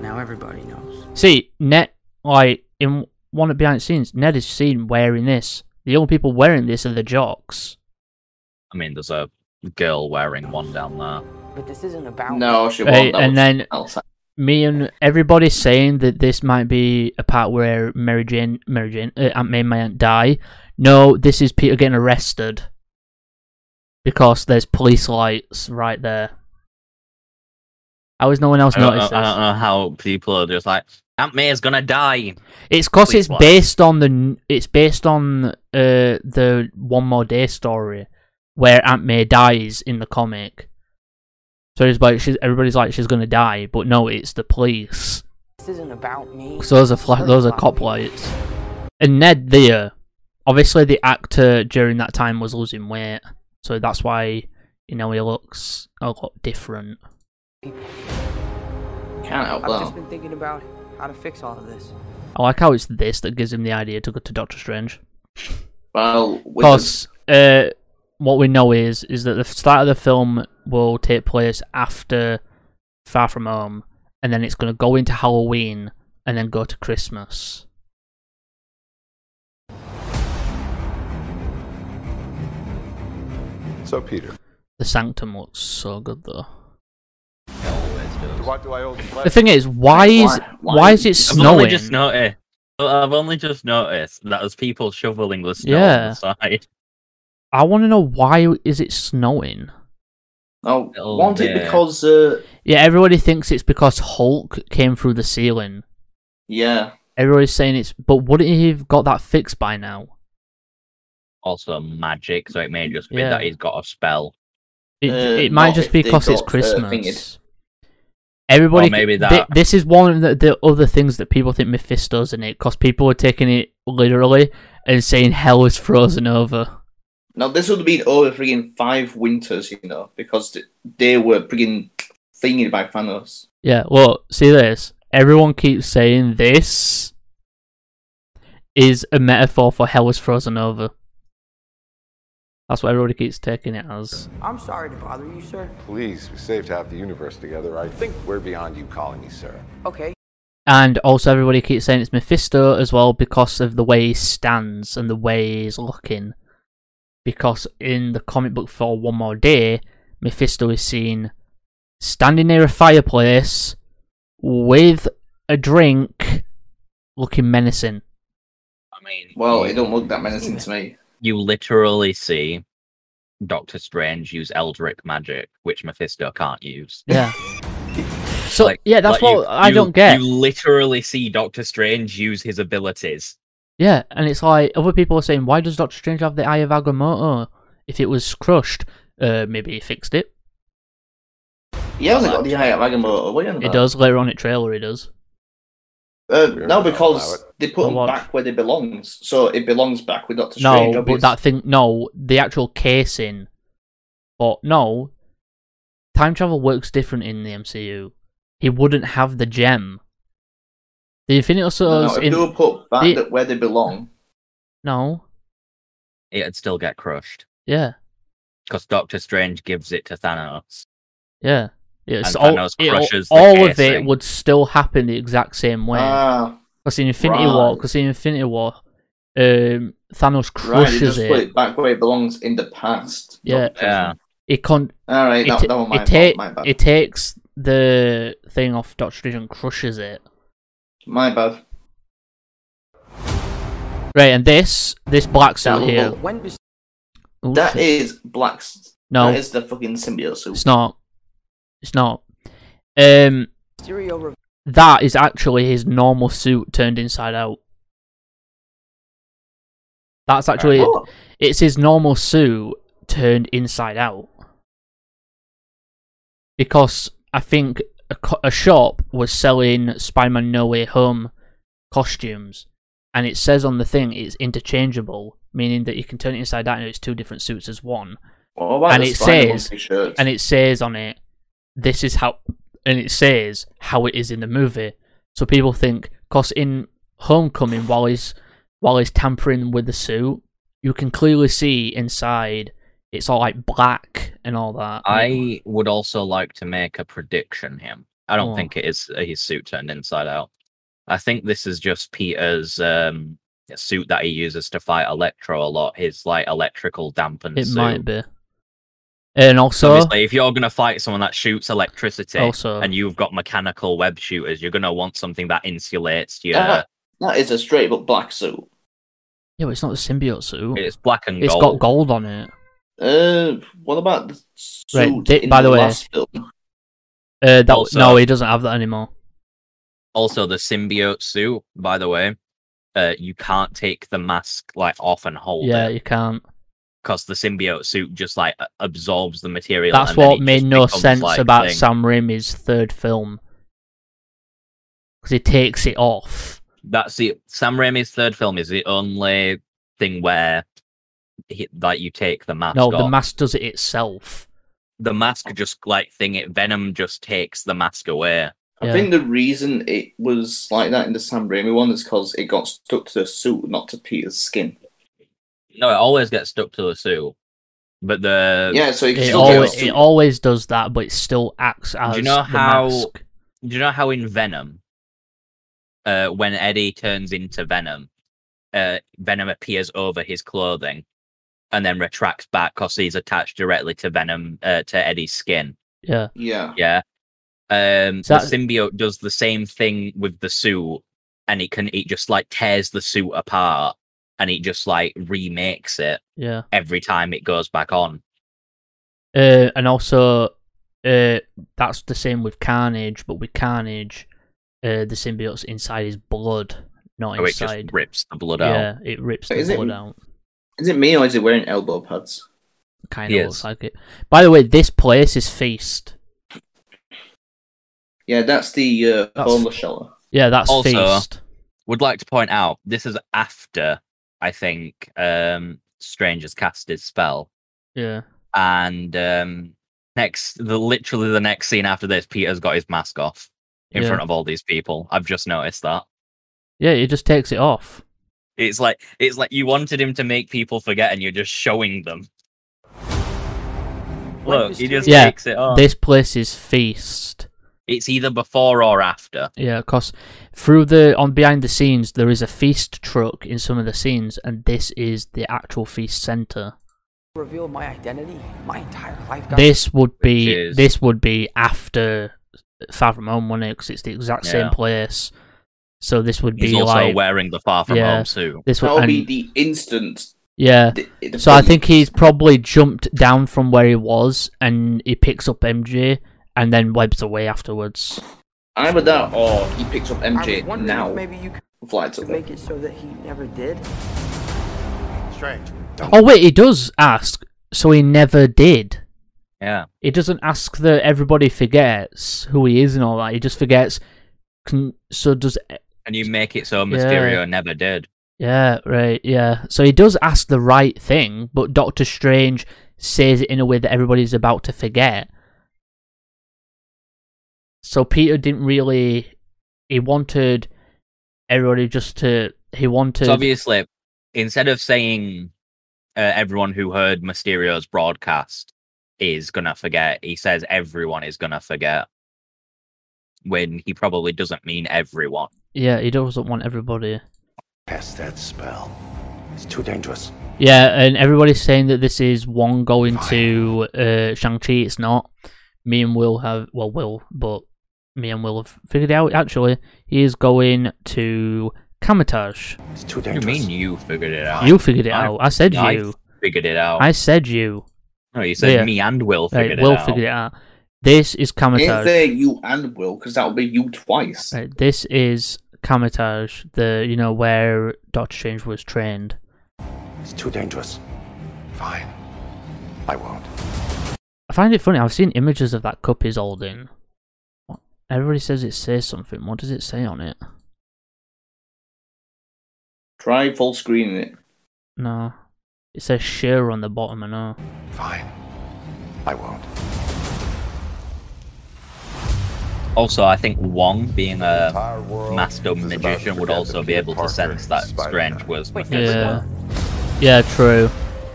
Speaker 9: Now everybody knows.
Speaker 6: See, Ned, like in one of the behind the scenes, Ned is seen wearing this. The only people wearing this are the jocks.
Speaker 4: I mean, there's a girl wearing one down there.
Speaker 9: But this isn't about
Speaker 5: No, she won't.
Speaker 6: Right,
Speaker 5: that
Speaker 6: and
Speaker 5: was
Speaker 6: then
Speaker 5: outside.
Speaker 6: me and everybody saying that this might be a part where Mary Jane, Mary Jane, uh, Aunt May, and my aunt die. No, this is Peter getting arrested because there's police lights right there. How has no one else
Speaker 4: I don't, know,
Speaker 6: noticed
Speaker 4: I don't
Speaker 6: this?
Speaker 4: know how people are just like, Aunt May is gonna die.
Speaker 6: It's because
Speaker 4: Police
Speaker 6: it's
Speaker 4: lights.
Speaker 6: based on the n- it's based on uh, the One More Day story where Aunt May dies in the comic. So it's like she's, everybody's like she's gonna die, but no, it's the police.
Speaker 9: This isn't about me.
Speaker 6: So those are fla-
Speaker 9: Sorry,
Speaker 6: those are
Speaker 9: Bobby.
Speaker 6: cop lights. And Ned there, obviously the actor during that time was losing weight, so that's why you know he looks a lot different.
Speaker 5: Can't help
Speaker 9: I've just
Speaker 5: that.
Speaker 9: been thinking about how to fix all of this.
Speaker 6: I like how it's this that gives him the idea to go to Doctor Strange.
Speaker 5: Well, with
Speaker 6: Because uh, what we know is is that the start of the film will take place after Far From Home, and then it's going to go into Halloween and then go to Christmas.
Speaker 8: So, Peter.
Speaker 6: The Sanctum looks so good though.
Speaker 8: What do I owe the
Speaker 6: The thing is, why is why, is it
Speaker 4: I've only
Speaker 6: snowing?
Speaker 4: just noticed. I've only just noticed that there's people shoveling the snow on
Speaker 6: Yeah.
Speaker 4: the side.
Speaker 6: I want to know why is it snowing?
Speaker 5: Oh,
Speaker 4: Little
Speaker 5: was it
Speaker 4: bit.
Speaker 5: because uh,
Speaker 6: Yeah, everybody thinks it's because Hulk came through the ceiling.
Speaker 5: yeah,
Speaker 6: Everybody's saying it's, but wouldn't he have got that fixed by now?
Speaker 4: also magic, so it may just be
Speaker 6: Yeah.
Speaker 4: that he's got a spell.
Speaker 6: It,
Speaker 5: Uh,
Speaker 6: it
Speaker 5: not
Speaker 6: might just
Speaker 5: if
Speaker 6: be
Speaker 5: they
Speaker 6: because it's
Speaker 5: got, uh, fingered.
Speaker 6: Christmas. Everybody,
Speaker 4: Or maybe
Speaker 6: thi-
Speaker 4: that.
Speaker 6: this is one of the, the other things that people think Mephisto's in it because people are taking it literally and saying hell is frozen over.
Speaker 5: Now this would have been over friggin' five winters, you know, because th- they were friggin' thingy by Thanos.
Speaker 6: Yeah, well, see this. Everyone keeps saying this is a metaphor for hell is frozen over. That's what everybody keeps taking it as.
Speaker 9: I'm sorry to bother you, sir.
Speaker 8: Please, we saved half the universe together. I think we're beyond you calling me sir.
Speaker 9: Okay,
Speaker 6: And also, everybody keeps saying it's Mephisto as well because of the way he stands and the way he's looking. Because in the comic book for One More Day, Mephisto is seen standing near a fireplace with a drink, looking menacing.
Speaker 4: I mean,
Speaker 5: Well, it don't look that menacing to me.
Speaker 4: you literally see Doctor Strange use Eldritch magic, which Mephisto can't use.
Speaker 6: Yeah. So
Speaker 4: Like-
Speaker 6: yeah, that's
Speaker 4: like you-
Speaker 6: what I
Speaker 4: you-
Speaker 6: don't get.
Speaker 4: You literally see Doctor Strange use his abilities.
Speaker 6: Yeah, and it's like other people are saying, why does Doctor Strange have the Eye of Agamotto? If it was crushed, uh, maybe he fixed it.
Speaker 5: He hasn't got the eye of Agamotto. What are you on
Speaker 6: It
Speaker 5: about?
Speaker 6: does later on. It trailer. It does.
Speaker 5: Uh, no,
Speaker 8: We're
Speaker 5: because
Speaker 8: not allowed.
Speaker 5: they put
Speaker 6: Oh,
Speaker 5: him
Speaker 6: what?
Speaker 5: back where they belongs. So it belongs back with Doctor Strange.
Speaker 6: No, but
Speaker 5: obvious-
Speaker 6: that thing. No, the actual casing. But no, time travel works different in the MCU. He wouldn't have the gem. The Infinity
Speaker 5: No,
Speaker 6: Stones.
Speaker 5: if
Speaker 6: in-
Speaker 5: they were put back
Speaker 6: the-
Speaker 5: that where they belong,
Speaker 6: no.
Speaker 4: It'd still get crushed
Speaker 6: Yeah.
Speaker 4: because Doctor Strange gives it to Thanos.
Speaker 6: Yeah. It's
Speaker 4: And
Speaker 6: all,
Speaker 4: Thanos
Speaker 6: it-
Speaker 4: crushes the
Speaker 6: all of it
Speaker 4: casing.
Speaker 6: would still happen the exact same way.
Speaker 5: ah,
Speaker 6: Because in Infinity War,
Speaker 5: Right.
Speaker 6: because in Infinity War, um, Thanos
Speaker 5: right, they
Speaker 6: crushes
Speaker 5: just put
Speaker 6: it.
Speaker 5: it back where it belongs in the past. not
Speaker 6: Yeah.
Speaker 5: the present.
Speaker 4: Yeah,
Speaker 6: It con.
Speaker 5: All right,
Speaker 6: It,
Speaker 5: no,
Speaker 6: ta-
Speaker 5: no, my
Speaker 6: it,
Speaker 5: bad,
Speaker 6: ta-
Speaker 5: my bad,
Speaker 6: it takes the thing off Doctor Strange and crushes it.
Speaker 5: my bad.
Speaker 6: Right, and this this black
Speaker 5: That
Speaker 6: suit here.
Speaker 5: little-
Speaker 9: when was
Speaker 6: Ooh,
Speaker 5: That
Speaker 6: shit.
Speaker 5: is Black's.
Speaker 6: No.
Speaker 5: that is the fucking symbiote suit.
Speaker 6: It's not. It's not. Um,
Speaker 9: Mysterio revealed
Speaker 6: that is actually his normal suit turned inside out. That's actually
Speaker 5: What?
Speaker 6: it's his normal suit turned inside out. Because I think a, co- a shop was selling Spider Man No Way Home costumes, and it says on the thing it's interchangeable, meaning that you can turn it inside out and it's two different suits as one.
Speaker 5: What about
Speaker 6: and
Speaker 5: the
Speaker 6: it
Speaker 5: Spider-Man
Speaker 6: says-
Speaker 5: t-shirt?
Speaker 6: And it says on it, this is how, and it says how it is in the movie. So people think, because in Homecoming, while he's while he's tampering with the suit, you can clearly see inside it's all like black and all that.
Speaker 4: I would also like to make a prediction. Him, I don't
Speaker 6: Oh.
Speaker 4: think it is uh, his suit turned inside out. I think this is just Peter's um, suit that he uses to fight Electro a lot. His like electrical dampened
Speaker 6: it
Speaker 4: suit.
Speaker 6: might be. And also,
Speaker 4: Obviously, if you're gonna fight someone that shoots electricity
Speaker 6: Also-
Speaker 4: and you've got mechanical web shooters, you're gonna want something that insulates you.
Speaker 6: Uh,
Speaker 5: Ah, that is a straight up black suit.
Speaker 6: yeah, but it's not the symbiote suit.
Speaker 4: It's black and
Speaker 6: it's
Speaker 4: gold.
Speaker 6: got gold on it.
Speaker 5: Uh, what about the suit
Speaker 6: Right, di-
Speaker 5: in
Speaker 6: by the way-
Speaker 5: last film?
Speaker 6: Uh, that
Speaker 4: Also-
Speaker 6: no, he doesn't have that anymore.
Speaker 4: Also, the symbiote suit, by the way, uh, you can't take the mask like off and hold
Speaker 6: Yeah,
Speaker 4: it
Speaker 6: you can't.
Speaker 4: because the symbiote suit just like a- absorbs the material.
Speaker 6: That's
Speaker 4: and then
Speaker 6: what
Speaker 4: it
Speaker 6: made
Speaker 4: just
Speaker 6: no
Speaker 4: becomes,
Speaker 6: sense
Speaker 4: like,
Speaker 6: about
Speaker 4: thing.
Speaker 6: Sam Raimi's third film because he takes it off.
Speaker 4: That's the Sam Raimi's third film is the only thing where he, like you take the mask.
Speaker 6: no,
Speaker 4: off.
Speaker 6: the mask does it itself.
Speaker 4: the mask just like thing it venom just takes the mask away
Speaker 5: I
Speaker 6: Yeah.
Speaker 5: think the reason it was like that in the Sam Raimi one is because it got stuck to the suit, not to Peter's skin.
Speaker 4: No, it always gets stuck to the suit. But the
Speaker 5: Yeah, so you
Speaker 6: It always, it always does that, but it still acts as
Speaker 4: do you know
Speaker 6: the
Speaker 4: how?
Speaker 6: mask.
Speaker 4: Do you know how in Venom, uh, when Eddie turns into Venom, uh, Venom appears over his clothing, and then retracts back because he's attached directly to Venom uh, to Eddie's skin.
Speaker 6: Yeah.
Speaker 5: Yeah.
Speaker 4: Yeah. Um,
Speaker 6: So
Speaker 4: the
Speaker 6: that-
Speaker 4: symbiote does the same thing with the suit, and it can it just like tears the suit apart, and it just like remakes it
Speaker 6: Yeah.
Speaker 4: every time it goes back on.
Speaker 6: Uh, and also, uh, that's the same with Carnage, but with Carnage, uh, the symbiote's inside his blood, not
Speaker 4: So Oh, it just
Speaker 6: inside.
Speaker 4: rips the blood out.
Speaker 6: yeah, it rips the
Speaker 5: Is it-
Speaker 6: blood out.
Speaker 5: Is it me or is it wearing elbow pads?
Speaker 6: Kind
Speaker 4: Yes.
Speaker 6: of looks like it. By the way, this place is Feast.
Speaker 5: Yeah, that's the uh, homeless shelter.
Speaker 6: Yeah, that's
Speaker 4: also,
Speaker 6: Feast.
Speaker 4: Would like to point out this is after I think um Stranger's cast his spell,
Speaker 6: Yeah.
Speaker 4: and um next the literally the next scene after this, Peter's got his mask off in
Speaker 6: Yeah.
Speaker 4: front of all these people. I've just noticed that.
Speaker 6: Yeah, it just takes it off.
Speaker 4: It's like it's like you wanted him to make people forget, and you're just showing them. Look, he just
Speaker 6: yeah,
Speaker 4: takes it off.
Speaker 6: this place is Feast.
Speaker 4: It's either before or after.
Speaker 6: Yeah, because through the on behind the scenes there is a feast truck in some of the scenes, and this is the actual feast center.
Speaker 9: Reveal my identity. My entire life got
Speaker 6: This would be
Speaker 4: Which is-
Speaker 6: this would be after Fathom Home, wouldn't it? 'Cause it's the exact
Speaker 4: Yeah.
Speaker 6: same place. So this would be
Speaker 4: He's also
Speaker 6: like
Speaker 4: wearing the far from
Speaker 6: yeah,
Speaker 4: home suit.
Speaker 6: This
Speaker 5: That
Speaker 6: would
Speaker 5: will be
Speaker 6: and-
Speaker 5: the instant.
Speaker 6: yeah.
Speaker 5: the- the
Speaker 6: So I
Speaker 5: button.
Speaker 6: think he's probably jumped down from where he was, and he picks up MJ, and then webs away afterwards.
Speaker 5: Either that or he picks up
Speaker 9: I was
Speaker 5: MJ
Speaker 9: wondering
Speaker 5: now
Speaker 9: if
Speaker 5: and
Speaker 9: maybe you could
Speaker 5: flies up there.
Speaker 9: make it so that he never did.
Speaker 3: Strange.
Speaker 6: Oh wait, he does ask. So he never did.
Speaker 4: Yeah.
Speaker 6: He doesn't ask that everybody forgets who he is and all that. He just forgets. Can, so does
Speaker 4: And you make it so
Speaker 6: Yeah.
Speaker 4: Mysterio never did.
Speaker 6: yeah right yeah. So he does ask the right thing, but Doctor Strange says it in a way that everybody's about to forget. So Peter didn't really. He wanted everybody just to. He wanted.
Speaker 4: So obviously, instead of saying uh, everyone who heard Mysterio's broadcast is gonna forget, he says everyone is gonna forget. When he probably doesn't mean everyone.
Speaker 6: yeah, he doesn't want everybody.
Speaker 8: Cast that spell. It's too dangerous.
Speaker 6: Yeah, and everybody's saying that this is one going to uh, Shang Chi. It's not. Me and Will have well, Will, but me and Will have figured it out. Actually, he is going to Kamatage.
Speaker 8: It's too
Speaker 4: You
Speaker 8: dangerous.
Speaker 4: mean you figured it out?
Speaker 6: You figured it
Speaker 4: I-
Speaker 6: out. I said
Speaker 4: I
Speaker 6: you.
Speaker 4: figured it out.
Speaker 6: I said you.
Speaker 4: no, you said
Speaker 6: yeah.
Speaker 4: me and Will
Speaker 6: Right,
Speaker 4: figured
Speaker 6: Will
Speaker 4: it out.
Speaker 6: figured it out. This is
Speaker 5: Is
Speaker 6: Kamatage.
Speaker 5: there you and Will? Because that'll be you twice.
Speaker 6: Right, this is Kamatage. The you know where Doctor Strange was trained.
Speaker 8: It's too dangerous. Fine. I won't.
Speaker 6: I find it funny. I've seen images of that cup he's holding. What- Everybody says it says something. What does it say on it?
Speaker 5: Try full screen it.
Speaker 6: No. It says Shearer on the bottom, I know.
Speaker 8: Fine. I won't.
Speaker 4: Also, I think Wong, being a
Speaker 8: Our world
Speaker 4: master magician, would also be able to sense that Strange was.
Speaker 1: Wait,
Speaker 4: Mephisto.
Speaker 6: Yeah. Yeah, true.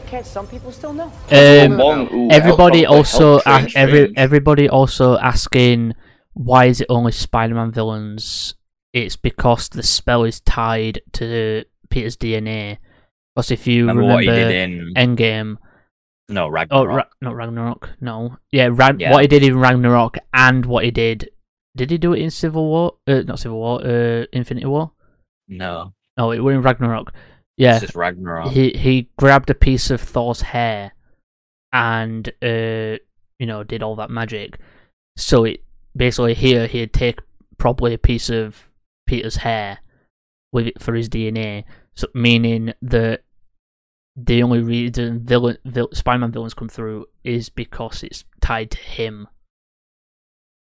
Speaker 1: Can't some people still know?
Speaker 6: Um,
Speaker 5: Wong, ooh,
Speaker 6: everybody
Speaker 5: help, help, help,
Speaker 6: also a-
Speaker 5: Strange,
Speaker 6: every
Speaker 5: Strange.
Speaker 6: everybody also asking why is it only Spider-Man villains? It's because the spell is tied to Peter's DNA. Because if you
Speaker 4: Remember
Speaker 6: remember,
Speaker 4: what he did in
Speaker 6: Endgame,
Speaker 4: no
Speaker 6: oh,
Speaker 4: Ragnarok?
Speaker 6: Ra- not Ragnarok, no, yeah, Rag-
Speaker 4: Yeah.
Speaker 6: what he did in Ragnarok and what he did, did he do it in Civil War? Uh, not Civil War, uh, Infinity War.
Speaker 4: no,
Speaker 6: No, it were in Ragnarok. Yeah,
Speaker 4: it's just Ragnarok.
Speaker 6: he he grabbed a piece of Thor's hair, and uh, you know did all that magic. So it basically here he'd take probably a piece of Peter's hair with it for his DNA. So meaning that the only reason villain, vil- Spider-Man villains come through is because it's tied to him.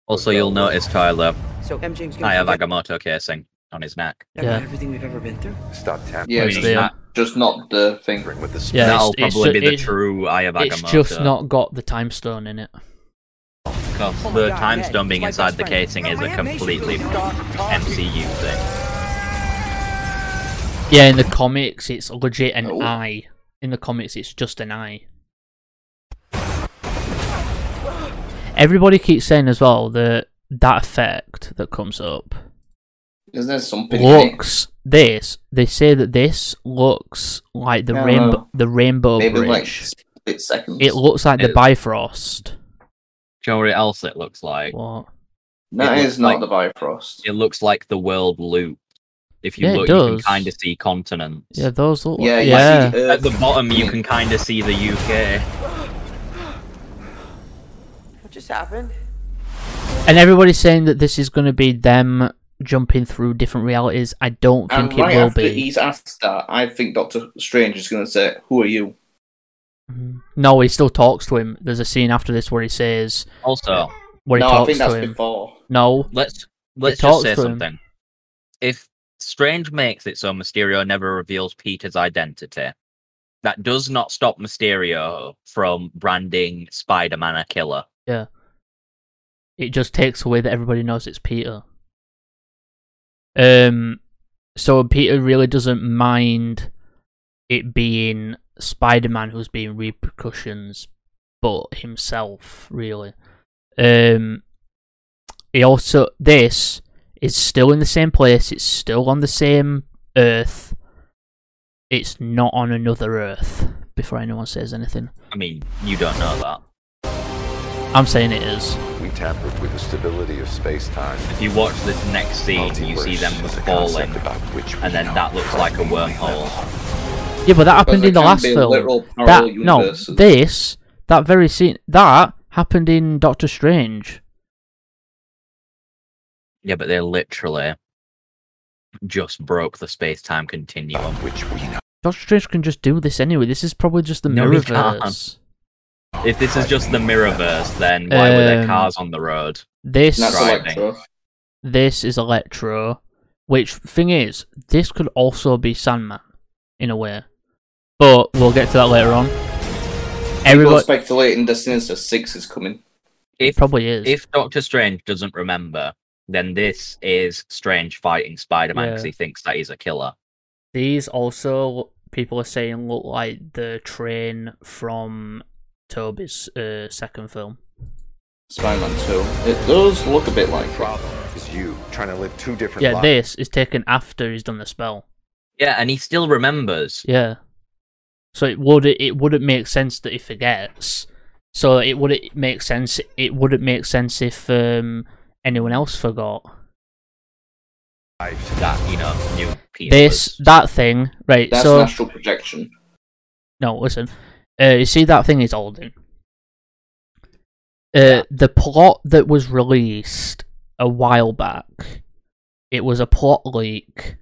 Speaker 4: also, you'll notice Tyler.
Speaker 9: So MJ's gonna
Speaker 4: I have
Speaker 9: forget
Speaker 4: Agamotto casing on his neck.
Speaker 6: Yeah.
Speaker 9: about everything we've ever been through.
Speaker 8: Stop
Speaker 5: Yeah,
Speaker 4: I
Speaker 6: it's
Speaker 5: just,
Speaker 6: there.
Speaker 5: not, just not the thing.
Speaker 8: tampering with the spell.
Speaker 6: Yeah,
Speaker 4: That'll
Speaker 6: it's- it's
Speaker 4: probably
Speaker 6: ju-
Speaker 4: be the
Speaker 6: it-
Speaker 4: true Eye of
Speaker 6: It's
Speaker 4: Agamotto.
Speaker 6: just not got the time stone in it.
Speaker 4: Because
Speaker 9: Oh my
Speaker 4: the
Speaker 9: God,
Speaker 4: time
Speaker 9: yeah,
Speaker 4: stone being
Speaker 9: it's my best
Speaker 4: inside the
Speaker 9: friend.
Speaker 4: casing
Speaker 9: No,
Speaker 4: is
Speaker 9: my
Speaker 4: a
Speaker 9: Aunt May's
Speaker 4: completely
Speaker 9: really dark, dark.
Speaker 4: MCU thing.
Speaker 6: Yeah, in the comics, it's legit an
Speaker 5: Oh.
Speaker 6: eye. in the comics it's just an eye. Everybody keeps saying as well that that effect that comes up
Speaker 5: Isn't there something? in it?
Speaker 6: looks this. They say that this looks like the
Speaker 5: Yeah, I
Speaker 6: rainbow,
Speaker 5: know.
Speaker 6: the rainbow
Speaker 5: Maybe like uh,
Speaker 6: bridge.
Speaker 5: split seconds.
Speaker 6: It looks like the
Speaker 4: It-
Speaker 6: Bifrost.
Speaker 4: Do you know what else it looks like?
Speaker 6: What?
Speaker 4: it
Speaker 5: That is
Speaker 4: looks
Speaker 5: not
Speaker 4: like-
Speaker 5: the Bifrost.
Speaker 4: It looks like the world loop. If you
Speaker 6: Yeah, it
Speaker 4: look, you can
Speaker 6: does.
Speaker 4: kind of see continents.
Speaker 6: Yeah, those look.
Speaker 5: Yeah,
Speaker 6: like,
Speaker 5: you
Speaker 6: yeah.
Speaker 5: see uh, Earth.
Speaker 4: At the bottom, you can kind of see the UK.
Speaker 9: What just happened?
Speaker 6: And everybody's saying that this is going to be them jumping through different realities. I don't think
Speaker 5: And
Speaker 6: it
Speaker 5: right
Speaker 6: will
Speaker 5: after E
Speaker 6: be.
Speaker 5: he's asked that, I think Doctor Strange is going to say, "Who are you?"
Speaker 6: No, he still talks to him. There's a scene after this where he says,
Speaker 4: Also,
Speaker 6: where he
Speaker 5: no, I
Speaker 6: talks
Speaker 5: think that's
Speaker 6: to him.
Speaker 5: before.
Speaker 6: No,
Speaker 4: let's let's
Speaker 6: talks
Speaker 4: just say
Speaker 6: to him.
Speaker 4: something. If Strange makes it so Mysterio never reveals Peter's identity, that does not stop Mysterio from branding Spider-Man a killer.
Speaker 6: it just takes away that everybody knows it's Peter. Um, so Peter really doesn't mind it being Spider-Man who's being repercussions, but himself really. Um, he also this is still in the same place. It's still on the same Earth. It's not on another Earth. Before anyone says anything,
Speaker 4: I mean, you don't know that.
Speaker 6: I'm saying it is.
Speaker 8: We tampered with the stability of space-time.
Speaker 4: If you watch this next scene, you see them
Speaker 8: Multiverse is a
Speaker 4: falling,
Speaker 8: concept about which we
Speaker 4: and then
Speaker 8: know
Speaker 4: that looks like a
Speaker 8: from when we
Speaker 4: wormhole.
Speaker 8: left.
Speaker 6: Yeah, but that happened
Speaker 5: there
Speaker 6: in the
Speaker 5: can
Speaker 6: last
Speaker 5: be
Speaker 6: film.
Speaker 5: literal
Speaker 6: That
Speaker 5: parallel
Speaker 6: no,
Speaker 5: universes.
Speaker 6: this that very scene that happened in Doctor Strange.
Speaker 4: Yeah, but they literally just broke the space-time continuum.
Speaker 8: About which we know.
Speaker 6: Doctor Strange can just do this anyway. This is probably just the
Speaker 4: No, he can't.
Speaker 6: Mirrorverse.
Speaker 4: If this is
Speaker 8: Like
Speaker 4: just the
Speaker 8: we
Speaker 4: Mirrorverse, then why were there
Speaker 6: Um,
Speaker 4: cars on the road?
Speaker 6: This
Speaker 5: And that's
Speaker 4: Right.
Speaker 5: Electro.
Speaker 6: this is Electro, which thing is this could also be Sandman in a way, but we'll get to that later on.
Speaker 5: People are
Speaker 6: Everybody
Speaker 5: speculating the Sinister Six is coming.
Speaker 4: If
Speaker 6: probably is.
Speaker 4: if Doctor Strange doesn't remember, then this is Strange fighting Spider-Man because
Speaker 6: Yeah.
Speaker 4: he thinks that he's a killer.
Speaker 6: These also people are saying look like the train from Toby's uh, second film.
Speaker 5: Spider-Man Two. It does look a bit like. it.
Speaker 8: Is you trying to live two different
Speaker 6: Yeah,
Speaker 8: lives?
Speaker 6: this is taken after he's done the spell.
Speaker 4: Yeah, and he still remembers.
Speaker 6: Yeah. So it would it wouldn't make sense that he forgets. So it wouldn't make sense. It wouldn't make sense if um, anyone else forgot.
Speaker 4: That you know knew Peter.
Speaker 6: This
Speaker 4: was-
Speaker 6: that thing, right?
Speaker 5: That's
Speaker 6: so
Speaker 5: an astral projection.
Speaker 6: no, listen. Uh, you see that thing he's holding. Uh, The plot that was released a while back, it was a plot leak,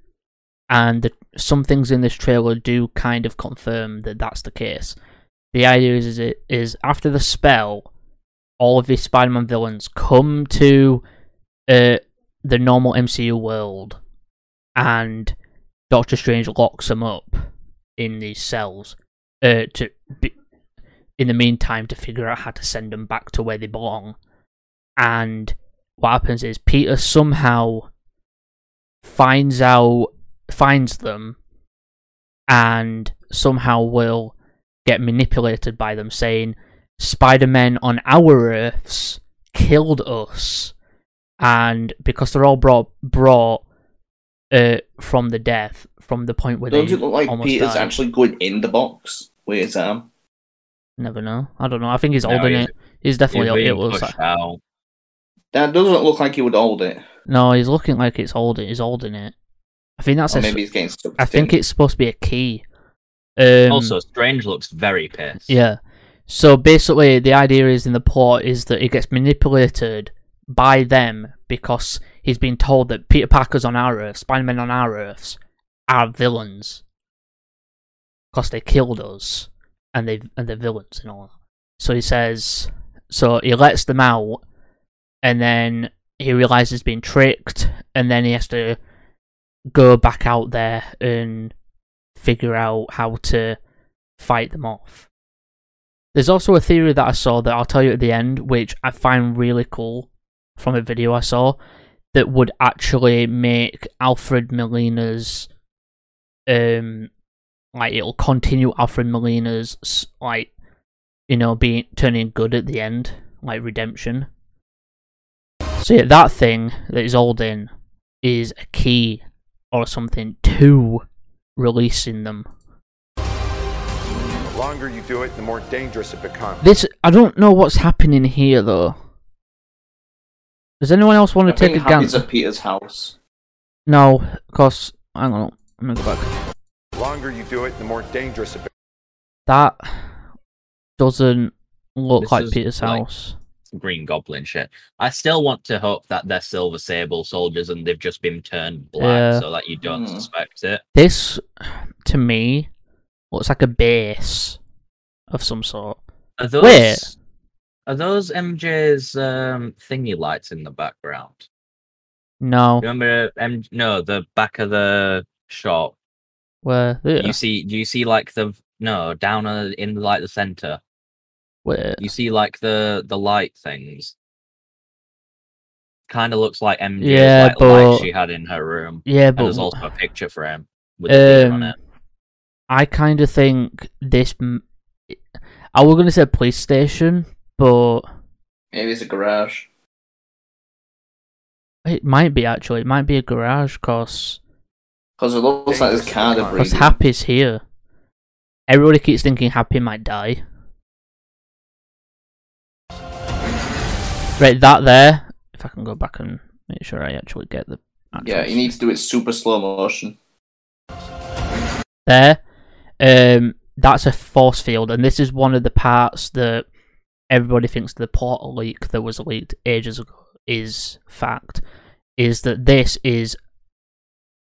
Speaker 6: and the, some things in this trailer do kind of confirm that that's the case. The idea is, is it is after the spell, all of these Spider-Man villains come to uh, the normal MCU world, and Doctor Strange locks them up in these cells uh, to be, in the meantime to figure out how to send them back to where they belong. And what happens is Peter somehow finds out finds them and somehow will get manipulated by them saying Spider-Man on our earths killed us and because they're all brought brought uh, from the death from the point where
Speaker 5: Don't
Speaker 6: they
Speaker 5: it look like
Speaker 6: almost
Speaker 5: Peter's
Speaker 6: died.
Speaker 5: actually going in the box with his arm?
Speaker 6: Never know. I don't know. I think he's
Speaker 4: No,
Speaker 6: older than
Speaker 4: he's-
Speaker 6: it. He's
Speaker 4: he's
Speaker 6: definitely old.
Speaker 4: being
Speaker 6: It looks like,
Speaker 4: pushed out.
Speaker 5: That doesn't look like he would hold it.
Speaker 6: no, he's looking like it's holding. He's holding it. I think that's.
Speaker 5: Or
Speaker 6: a-
Speaker 5: maybe he's getting stuck.
Speaker 6: I think it's supposed to be a key. Um,
Speaker 4: also, Strange looks very pissed.
Speaker 6: yeah. So basically, the idea is in the plot is that he gets manipulated by them because he's been told that Peter Parker's on our Earth, Spider-Man on our Earths, are villains because they killed us and they and they're villains and all. that. So he says, so he lets them out, and then he realizes he's been tricked, and then he has to go back out there and figure out how to fight them off. There's also a theory that I saw that I'll tell you at the end, which I find really cool from a video I saw that would actually make Alfred Molina's um Like it'll continue Alfred Molina's s- like you know being turning good at the end, like redemption. So yeah, that thing that is Alden is a key or something to releasing them.
Speaker 8: The longer you do it, the more dangerous it becomes.
Speaker 6: This I don't know what's happening here though. Does anyone else want to take a
Speaker 5: it happens
Speaker 6: guess?
Speaker 5: at Peter's house.
Speaker 6: No, of course. Hang on, I'm gonna go back.
Speaker 8: The longer you do it, the more dangerous it becomes.
Speaker 6: That doesn't look
Speaker 4: This
Speaker 6: like
Speaker 4: is
Speaker 6: Peter's
Speaker 4: like-
Speaker 6: house.
Speaker 4: Green Goblin shit. I still want to hope that they're Silver Sable soldiers and they've just been turned black
Speaker 6: Yeah.
Speaker 4: so that you don't
Speaker 5: Hmm.
Speaker 4: suspect it.
Speaker 6: This, to me, looks like a base of some sort.
Speaker 4: Are those
Speaker 6: Wait.
Speaker 4: are those MJ's um, thingy lights in the background?
Speaker 6: No,
Speaker 4: Remember, M- no, the back of the shop.
Speaker 6: where?
Speaker 4: You
Speaker 6: There.
Speaker 4: see, do you see like the no down uh, in like the center?
Speaker 6: Where?
Speaker 4: You see like the the light things. Kind of looks like MJ's
Speaker 6: Yeah,
Speaker 4: like, light
Speaker 6: but-
Speaker 4: she had in her room.
Speaker 6: Yeah,
Speaker 4: And there's
Speaker 6: but
Speaker 4: also a picture frame with the beer on
Speaker 6: Um,
Speaker 4: it.
Speaker 6: I kind of think this. m- I was gonna say police station, but
Speaker 5: Maybe it's a garage.
Speaker 6: it might be actually. It might be a garage, cause
Speaker 5: Because it looks like there's car debris.
Speaker 6: cause Happy's here. Everybody keeps thinking Happy might die. Right, that there. If I can go back and make sure I actually get the. Actual
Speaker 5: Yeah, you need to do it super slow motion.
Speaker 6: there. Um, that's a force field, and this is one of the parts that everybody thinks the plot leak that was leaked ages ago is fact. Is that this is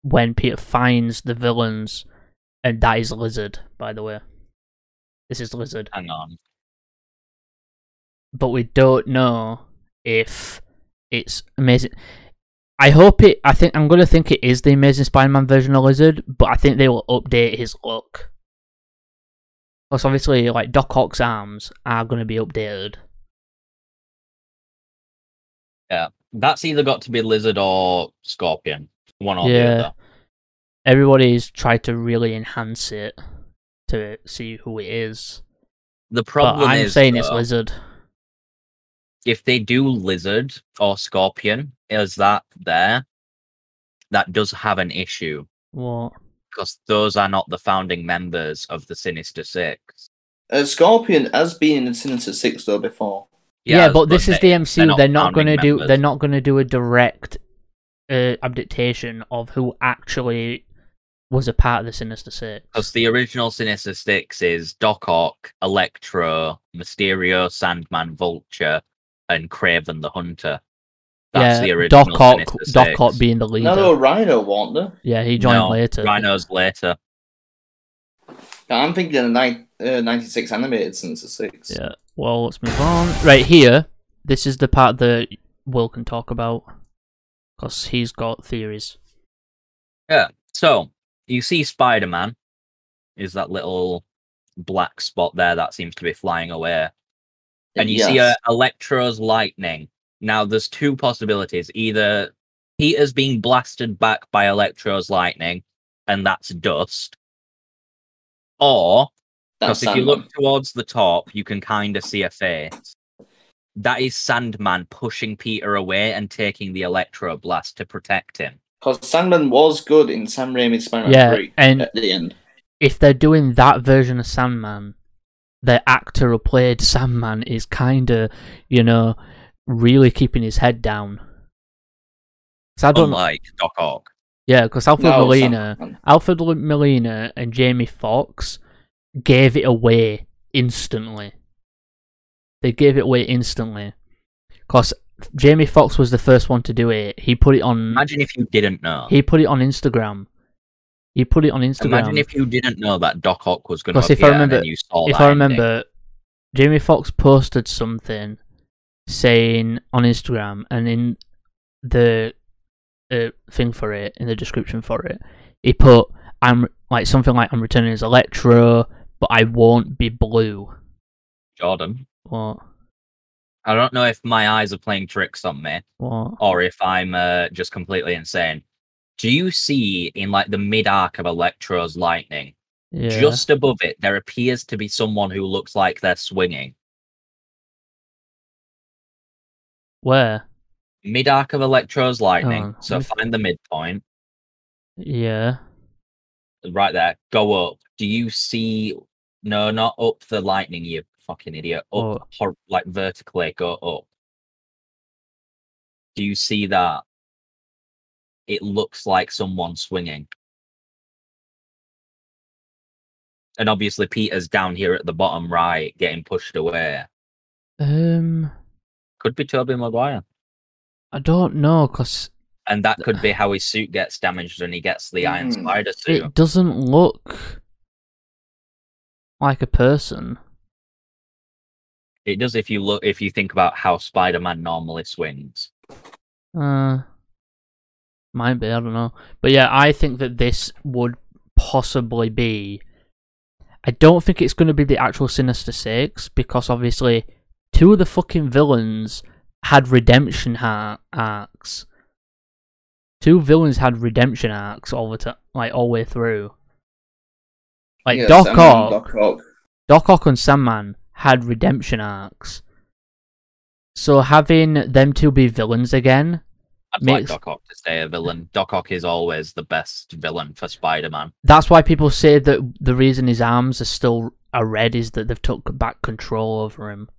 Speaker 6: when Peter finds the villains, and that is Lizard, by the way. This is Lizard,
Speaker 4: Hang on.
Speaker 6: but we don't know if it's amazing. I hope it. I think I'm gonna think it is the Amazing Spider-Man version of Lizard, but I think they will update his look. Because obviously, like Doc Ock's arms are gonna be updated.
Speaker 4: That's either got to be lizard or scorpion. One or
Speaker 6: Yeah.
Speaker 4: the other.
Speaker 6: Everybody's tried to really enhance it to see who it is.
Speaker 4: The problem
Speaker 6: but I'm
Speaker 4: is
Speaker 6: saying it's
Speaker 4: though,
Speaker 6: Lizard.
Speaker 4: if they do lizard or scorpion, is that there? That does have an issue
Speaker 6: What?
Speaker 4: because those are not the founding members of the Sinister Six.
Speaker 5: Uh, Scorpion has been in Sinister Six though before.
Speaker 6: Yeah, but this is
Speaker 4: they-
Speaker 6: the MCU. They're not,
Speaker 4: founding
Speaker 6: gonna do.
Speaker 4: members.
Speaker 6: They're not gonna do a direct uh, adaptation of who actually was a part of the Sinister Six.
Speaker 4: Because the original Sinister Six is Doc Ock, Electro, Mysterio, Sandman, Vulture, and Craven the Hunter. That's the original
Speaker 6: Doc Ock,
Speaker 4: Sinister
Speaker 6: Doc Ock
Speaker 4: Six.
Speaker 6: being the leader.
Speaker 5: No, no, Rhino won't there.
Speaker 6: yeah, he joined
Speaker 4: No,
Speaker 6: later.
Speaker 4: Rhino's later.
Speaker 5: I'm thinking of the ni- uh, 96 animated Sinister Six.
Speaker 6: Yeah. Well, let's move on. Right here, this is the part that Will can talk about because he's got theories.
Speaker 4: Yeah. So you see Spider Man is that little black spot there that seems to be flying away. And you see uh,
Speaker 5: Yes.
Speaker 4: Electro's lightning. Now there's two possibilities. Either Peter's being blasted back by Electro's lightning, and that's dust. Or
Speaker 5: That's
Speaker 4: because if you
Speaker 5: Sandman.
Speaker 4: look towards the top, you can kind of see a face. That is Sandman pushing Peter away and taking the Electro blast to protect him.
Speaker 5: Because Sandman was good in Sam Raimi's Spider-Man
Speaker 6: Yeah,
Speaker 5: 3
Speaker 6: and-
Speaker 5: at the end.
Speaker 6: If they're doing that version of Sandman, the actor who played Sandman is kind of, you know, really keeping his head down. 'Cause I don't.
Speaker 4: Unlike Doc Ock.
Speaker 6: yeah, because Alfred
Speaker 5: No,
Speaker 6: Molina,
Speaker 5: Sandman.
Speaker 6: Alfred Molina, and Jamie Foxx gave it away instantly. They gave it away instantly because Jamie Foxx was the first one to do it. He put it on.
Speaker 4: Imagine if you didn't know.
Speaker 6: He put it on Instagram. He put it on Instagram.
Speaker 4: Imagine if you didn't know that Doc Ock was going to
Speaker 6: Because if I
Speaker 4: appear and
Speaker 6: remember-
Speaker 4: then you saw
Speaker 6: if
Speaker 4: that
Speaker 6: I
Speaker 4: ending.
Speaker 6: remember, Jamie Foxx posted something saying on Instagram, and in the uh, thing for it, in the description for it, he put, "I'm like something like I'm returning as Electro, but I won't be blue."
Speaker 4: Jordan.
Speaker 6: What?
Speaker 4: I don't know if my eyes are playing tricks on me
Speaker 6: What?
Speaker 4: or if I'm uh, just completely insane. Do you see in like the mid arc of Electro's lightning
Speaker 6: Yeah.
Speaker 4: Just above it, there appears to be someone who looks like they're swinging.
Speaker 6: Where?
Speaker 4: Mid arc of Electro's lightning.
Speaker 6: Oh,
Speaker 4: so
Speaker 6: okay.
Speaker 4: find the midpoint
Speaker 6: Yeah.
Speaker 4: right there. Go up. Do you see? No, not up the lightning. You fucking idiot. Up
Speaker 6: What?
Speaker 4: hor- like vertically. Go up. Do you see that? It looks like someone swinging. And obviously, Peter's down here at the bottom right, getting pushed away.
Speaker 6: Um,
Speaker 4: Could be Toby Maguire.
Speaker 6: I don't know because
Speaker 4: and that could be how his suit gets damaged and he gets the iron
Speaker 5: Mm.
Speaker 4: spider suit.
Speaker 6: it doesn't look like a person.
Speaker 4: It does if you look if you think about how Spider-Man normally swings.
Speaker 6: Uh, might be. I don't know. But yeah, I think that this would possibly be. I don't think it's going to be the actual Sinister Six because obviously two of the fucking villains had redemption har- arcs. Two villains had redemption arcs all the time, like all the way through. Like
Speaker 5: Yeah,
Speaker 6: Doc
Speaker 5: Sandman,
Speaker 6: Ock,
Speaker 5: Doc Ock.
Speaker 6: Doc Ock and Sandman had redemption arcs. So having them two be villains again
Speaker 4: I'd
Speaker 6: Makes-
Speaker 4: like Doc Ock to stay a villain. Doc Ock is always the best villain for Spider-Man.
Speaker 6: that's why people say that the reason his arms are still are red is that they've took back control over him.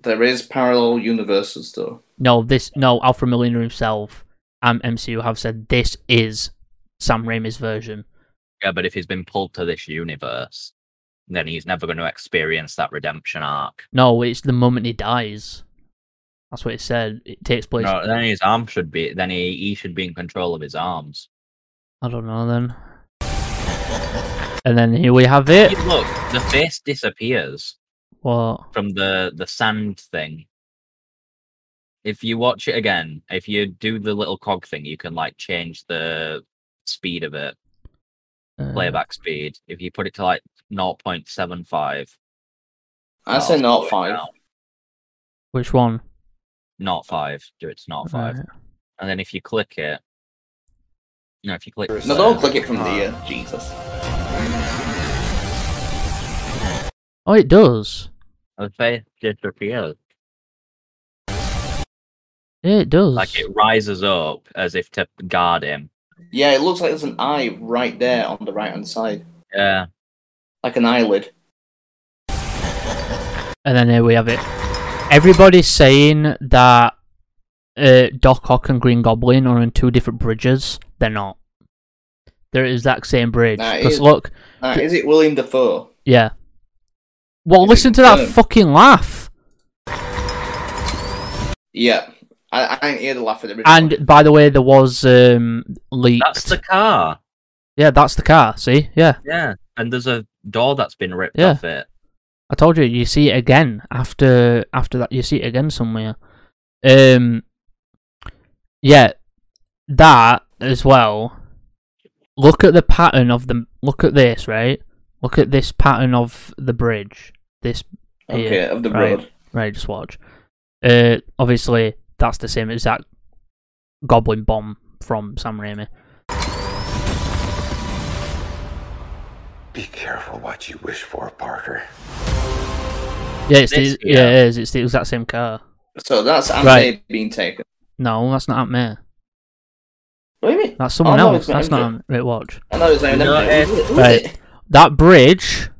Speaker 5: There is parallel universes though.
Speaker 6: No, this no Alpha Millionaire himself and MCU have said this is Sam Raimi's version.
Speaker 4: Yeah, but if he's been pulled to this universe, then he's never going to experience that redemption arc.
Speaker 6: No, it's the moment he dies. That's what it said. It takes place.
Speaker 4: No, then his arm should be then he, he should be in control of his arms.
Speaker 6: I don't know then. And then here we have it.
Speaker 4: Look, the face disappears.
Speaker 6: What?
Speaker 4: from the the sand thing. If you watch it again, if you do the little cog thing, you can like change the speed of it,
Speaker 6: Uh,
Speaker 4: playback speed. If you put it to like 0.75,
Speaker 5: I
Speaker 4: oh,
Speaker 5: say not five.
Speaker 6: Which one?
Speaker 4: not five, do it to not five,
Speaker 6: Right.
Speaker 4: and then if you click it, no, if you click,
Speaker 5: No, don't click it from the uh, Jesus.
Speaker 6: Oh, it does.
Speaker 4: the face disappears.
Speaker 6: Yeah, it does.
Speaker 4: Like it rises up as if to guard him.
Speaker 5: Yeah, it looks like there's an eye right there on the right hand side,
Speaker 4: Yeah,
Speaker 5: like an eyelid.
Speaker 6: And then here we have it. Everybody's saying that uh, Doc Ock and Green Goblin are on two different bridges. They're not. They're the exact same bridge.
Speaker 5: That
Speaker 6: Because
Speaker 5: is-
Speaker 6: look,
Speaker 5: Now, Ah, is it William Defoe?
Speaker 6: yeah. Well,
Speaker 5: Is it
Speaker 6: listen to that
Speaker 5: confirmed?
Speaker 6: fucking laugh.
Speaker 5: Yeah, I, I ain't hear the laugh at the original.
Speaker 6: And by the way, there was um, leaked.
Speaker 4: that's the car.
Speaker 6: Yeah, that's the car. See, yeah,
Speaker 4: Yeah, and there's a door that's been ripped
Speaker 6: Yeah.
Speaker 4: off it.
Speaker 6: I told you. You see it again after after that. You see it again somewhere. Um, yeah, that as well. Look at the pattern of the. Look at this, right? Look at this pattern of the bridge. This here,
Speaker 5: okay, of the
Speaker 6: right?
Speaker 5: road.
Speaker 6: Right, just watch. Uh, obviously that's the same exact goblin bomb from Sam Raimi.
Speaker 8: Be careful what you wish for, Parker.
Speaker 6: Yeah, it's
Speaker 4: This-
Speaker 6: the, yeah.
Speaker 4: yeah.
Speaker 6: it is. It's the exact same car.
Speaker 5: So that's Aunt
Speaker 6: Right.
Speaker 5: May being taken.
Speaker 6: No, that's not Aunt May.
Speaker 5: What do you mean?
Speaker 6: That's someone
Speaker 5: Oh, no,
Speaker 6: else.
Speaker 5: it's not
Speaker 6: That's
Speaker 5: Aunt
Speaker 6: not Aunt May. Watch
Speaker 5: I know it's not
Speaker 4: No,
Speaker 5: Aunt May.
Speaker 4: it's-
Speaker 5: Who's it? Who's
Speaker 6: Right.
Speaker 5: it?
Speaker 6: that bridge.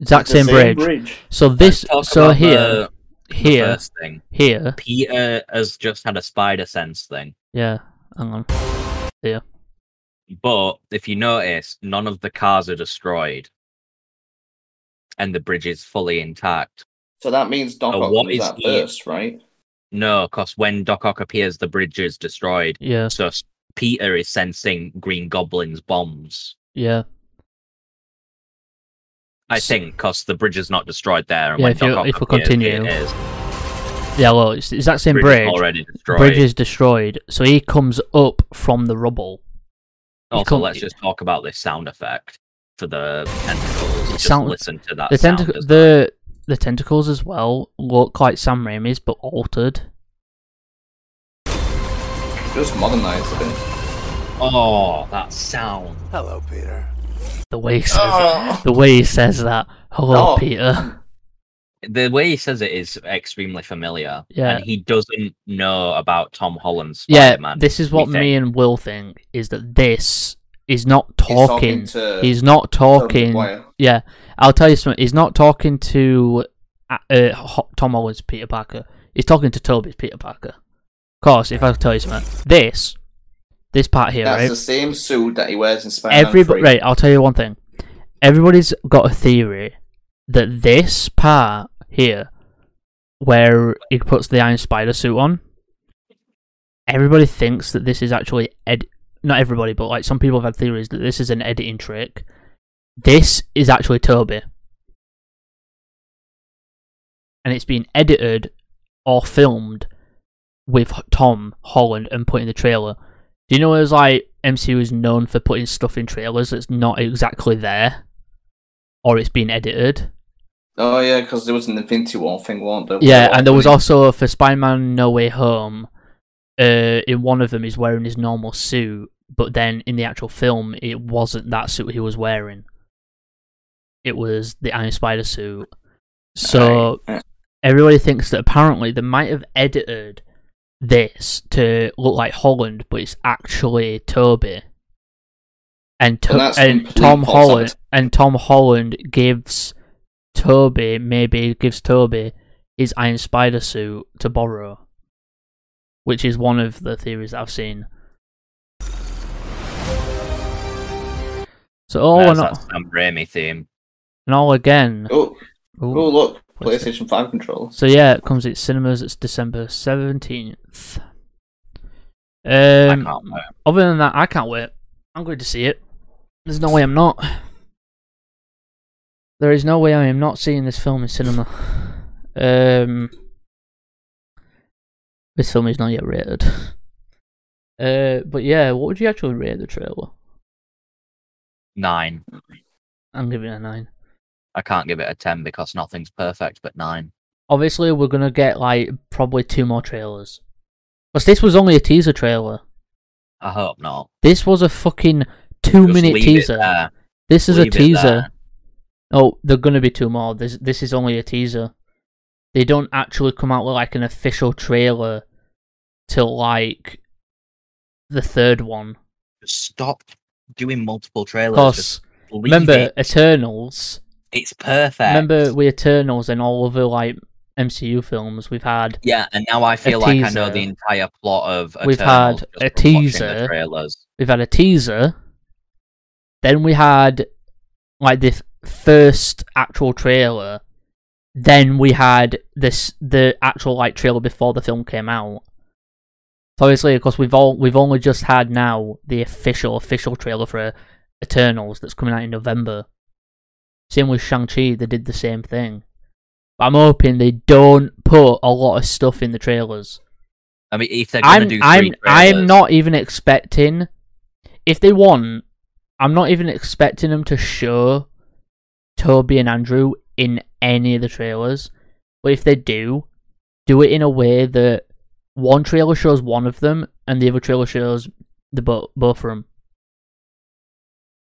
Speaker 6: Exact
Speaker 5: It's the
Speaker 6: same, bridge. So this.
Speaker 4: Let's talk
Speaker 6: So
Speaker 4: about
Speaker 6: here,
Speaker 4: the- the
Speaker 6: here,
Speaker 4: first thing.
Speaker 6: here.
Speaker 4: Peter has just had a spider sense thing,
Speaker 6: Yeah. Hang on.
Speaker 4: but if you notice, none of the cars are destroyed, and the bridge is fully intact.
Speaker 5: So that means Doc
Speaker 4: Oh,
Speaker 5: Ock
Speaker 4: what
Speaker 5: was
Speaker 4: is
Speaker 5: at
Speaker 4: the-
Speaker 5: first, right?
Speaker 4: No, because when Doc Ock appears, the bridge is destroyed.
Speaker 6: Yeah.
Speaker 4: So s- Peter is sensing Green Goblin's bombs.
Speaker 6: Yeah.
Speaker 4: I
Speaker 6: S-
Speaker 4: think because the bridge is not destroyed there, and
Speaker 6: Yeah,
Speaker 4: when
Speaker 6: if
Speaker 4: Doc
Speaker 6: you-
Speaker 4: Ock
Speaker 6: if we
Speaker 4: appears,
Speaker 6: continue,
Speaker 4: it is.
Speaker 6: Yeah. Well, it's the exact same
Speaker 4: Bridge,
Speaker 6: bridge.
Speaker 4: is already destroyed.
Speaker 6: Bridge is destroyed. So he comes up from the rubble. he
Speaker 4: also,
Speaker 6: come-
Speaker 4: Oh, let's just talk about this sound effect for the tentacles. Just
Speaker 6: Sound-
Speaker 4: listen to that.
Speaker 6: the
Speaker 4: sound
Speaker 6: tentac
Speaker 4: design.
Speaker 6: the the tentacles as well look like Sam Raimi's but altered.
Speaker 5: Just modernized a bit.
Speaker 4: Oh, that sound.
Speaker 10: Hello, Peter.
Speaker 6: The way he says,
Speaker 5: Oh.
Speaker 6: the way he says that. Hello,
Speaker 4: Oh.
Speaker 6: Peter.
Speaker 4: The way he says it is extremely familiar.
Speaker 6: Yeah.
Speaker 4: And he doesn't know about Tom Holland's
Speaker 6: Yeah,
Speaker 4: Spider-Man.
Speaker 6: this is
Speaker 4: We
Speaker 6: what
Speaker 4: think.
Speaker 6: me and Will think is that this is not
Speaker 5: He's
Speaker 6: talking.
Speaker 5: talking to
Speaker 6: He's not
Speaker 5: Tobey
Speaker 6: talking.
Speaker 5: Maguire.
Speaker 6: Yeah, I'll tell you something. He's not talking to uh, uh, Ho- Tom Holland's Peter Parker. He's talking to Toby's Peter Parker. Of course, if I tell you something, this, this part here,
Speaker 5: That's
Speaker 6: right?
Speaker 5: the same suit that he wears in Spider-Man
Speaker 6: Everybody,
Speaker 5: 3.
Speaker 6: right? I'll tell you one thing. Everybody's got a theory that this part here, where he puts the Iron Spider suit on, everybody thinks that this is actually ed. Not everybody, but like some people have had theories that this is an editing trick. This is actually Toby, and it's been edited or filmed with Tom Holland and putting the trailer. Do you know as like MCU is known for putting stuff in trailers that's not exactly there, or it's been edited?
Speaker 5: Oh yeah, because there was an Infinity War thing, weren't there?
Speaker 6: yeah, and there was also for Spider-Man No Way Home. Uh, in one of them, he's wearing his normal suit, but then in the actual film, it wasn't that suit he was wearing. It was the Iron Spider suit. So
Speaker 5: Right.
Speaker 6: everybody thinks that apparently they might have edited this to look like Holland, but it's actually Toby. And, to-
Speaker 5: Well, that's
Speaker 6: and
Speaker 5: complete
Speaker 6: Tom
Speaker 5: false
Speaker 6: Holland
Speaker 5: advertising.
Speaker 6: and Tom Holland gives Toby maybe gives Toby his Iron Spider suit to borrow, which is one of the theories that I've seen. So all
Speaker 4: There's
Speaker 6: in
Speaker 4: that
Speaker 6: all,
Speaker 4: Sam Raimi theme.
Speaker 6: and all again.
Speaker 5: Oh,
Speaker 6: Ooh.
Speaker 5: oh look,
Speaker 6: What's
Speaker 5: PlayStation Five controls.
Speaker 6: So yeah, it comes at cinemas. It's December seventeenth.
Speaker 4: I
Speaker 6: Um,
Speaker 4: can't wait.
Speaker 6: other than that, I can't wait. I'm going to see it. There's no way I'm not. There is no way I am not seeing this film in cinema. Um, this film is not yet rated. Uh, but yeah, what would you actually rate the trailer?
Speaker 4: Nine.
Speaker 6: I'm giving it a nine.
Speaker 4: I can't give it a ten because nothing's perfect, but nine.
Speaker 6: Obviously, we're gonna get like probably two more trailers. Cause this was only a teaser trailer.
Speaker 4: I hope not.
Speaker 6: This was a fucking two
Speaker 4: Just
Speaker 6: minute
Speaker 4: leave it
Speaker 6: teaser.
Speaker 4: there.
Speaker 6: This is a
Speaker 4: Leave it
Speaker 6: teaser.
Speaker 4: there.
Speaker 6: Oh, there are gonna be two more. This this is only a teaser. They don't actually come out with like an official trailer till like the third one.
Speaker 4: Stop doing multiple
Speaker 6: Of
Speaker 4: trailers.
Speaker 6: course,
Speaker 4: Just leave
Speaker 6: remember
Speaker 4: it.
Speaker 6: Eternals.
Speaker 4: It's perfect.
Speaker 6: Remember with Eternals and all other like MCU films we've had.
Speaker 4: Yeah, and now I feel like I know
Speaker 6: teaser.
Speaker 4: the entire plot of.
Speaker 6: We've
Speaker 4: Eternals
Speaker 6: had
Speaker 4: just
Speaker 6: a
Speaker 4: from watching the
Speaker 6: teaser.
Speaker 4: trailers.
Speaker 6: We've had a teaser. Then we had like the first actual trailer. Then we had this the actual like trailer before the film came out. So obviously, of course, we've all we've only just had now the official official trailer for Eternals that's coming out in November. Same with Shang Chi, they did the same thing. But I'm hoping they don't put a lot of stuff in the trailers.
Speaker 4: I mean, if they're going to
Speaker 6: I'm
Speaker 4: do 3
Speaker 6: I'm I'm
Speaker 4: trailers-
Speaker 6: not even expecting if they want. I'm not even expecting them to show Toby and Andrew in any of the trailers. But if they do, do it in a way that one trailer shows one of them and the other trailer shows the bo- both of them.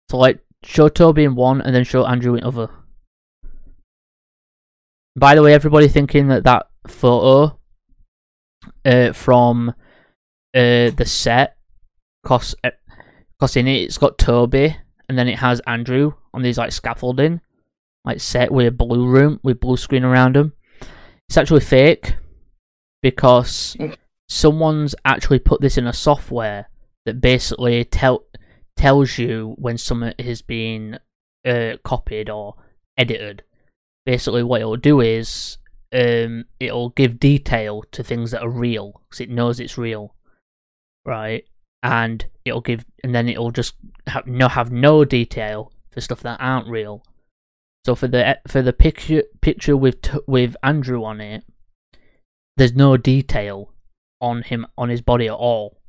Speaker 6: So like show Toby in one and then show Andrew in other. By the way, everybody thinking that that photo uh, from uh, the set, cause, uh, 'cause in it it's got Toby and then it has Andrew on these like scaffolding, like set with a blue room with blue screen around him. It's actually fake because someone's actually put this in a software that basically tell tells you when something has been uh, copied or edited. Basically, what it'll do is um, it'll give detail to things that are real because it knows it's real, right? And it'll give, and then it'll just have no have no detail for stuff that aren't real. So for the for the picture picture with t- with Andrew on it, there's no detail on him on his body at all,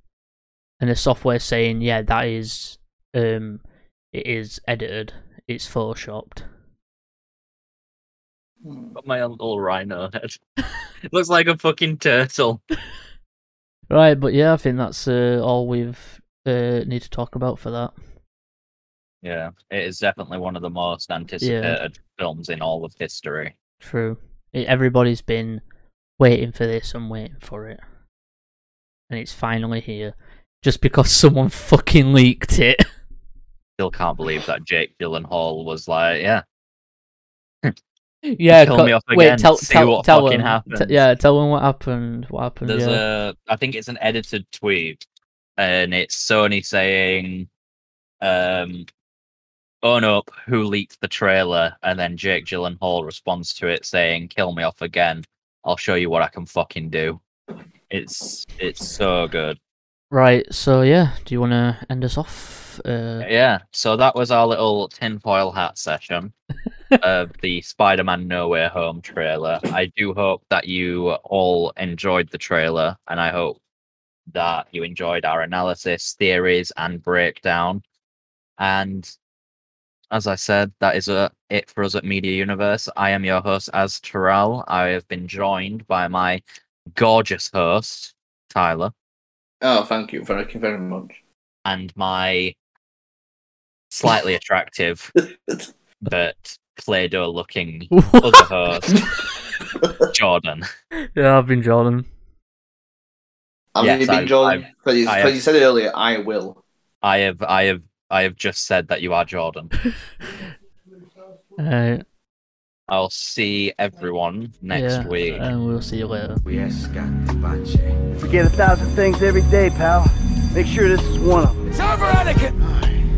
Speaker 6: and the software's saying, yeah, that is um, it is edited, it's photoshopped.
Speaker 4: Got my own little rhino head. Looks like a fucking turtle.
Speaker 6: Right, but yeah, I think that's uh, all we've uh, need to talk about for that.
Speaker 4: Yeah, it is definitely one of the most anticipated films in all of history.
Speaker 6: True. It, everybody's been waiting for this and waiting for it. And it's finally here. Just because someone fucking leaked it.
Speaker 4: Still can't believe that Jake Gyllenhaal was like, yeah,
Speaker 6: yeah,
Speaker 4: Kill
Speaker 6: co-
Speaker 4: me off again,
Speaker 6: wait, tell,
Speaker 4: see
Speaker 6: tell,
Speaker 4: what
Speaker 6: tell
Speaker 4: fucking
Speaker 6: them. T-
Speaker 4: happens.
Speaker 6: yeah, tell them what happened. What happened?
Speaker 4: There's
Speaker 6: yeah.
Speaker 4: a, I think it's an edited tweet, and it's Sony saying, um, "Own up, who leaked the trailer?" And then Jake Gyllenhaal responds to it saying, "Kill me off again. I'll show you what I can fucking do." It's it's so good.
Speaker 6: Right, so yeah, do you want to end us off? Uh,
Speaker 4: Yeah. So that was our little tinfoil hat session of the Spider Man No Way Home trailer. I do hope that you all enjoyed the trailer, and I hope that you enjoyed our analysis, theories, and breakdown. And as I said, that is uh, it for us at Media Universe. I am your host, Az Terrell. I have been joined by my gorgeous host, Tyler,
Speaker 5: Oh, thank you, thank you very much.
Speaker 4: and my slightly attractive but Play-Doh looking other host, Jordan.
Speaker 6: yeah, I've been Jordan.
Speaker 5: I mean,
Speaker 4: Yes,
Speaker 5: you've
Speaker 4: I-
Speaker 5: been Jordan
Speaker 4: I-
Speaker 5: because you,
Speaker 4: I
Speaker 5: 'cause
Speaker 4: have-
Speaker 5: you said it earlier. I will.
Speaker 4: I have, I have, I have just said that you are Jordan.
Speaker 6: Uh,
Speaker 4: I'll see everyone next
Speaker 6: yeah,
Speaker 4: week.
Speaker 6: And we'll see you later.
Speaker 9: Yes,
Speaker 1: Forget a thousand things every day, pal. Make sure this is one of them.
Speaker 9: It's over, Anakin!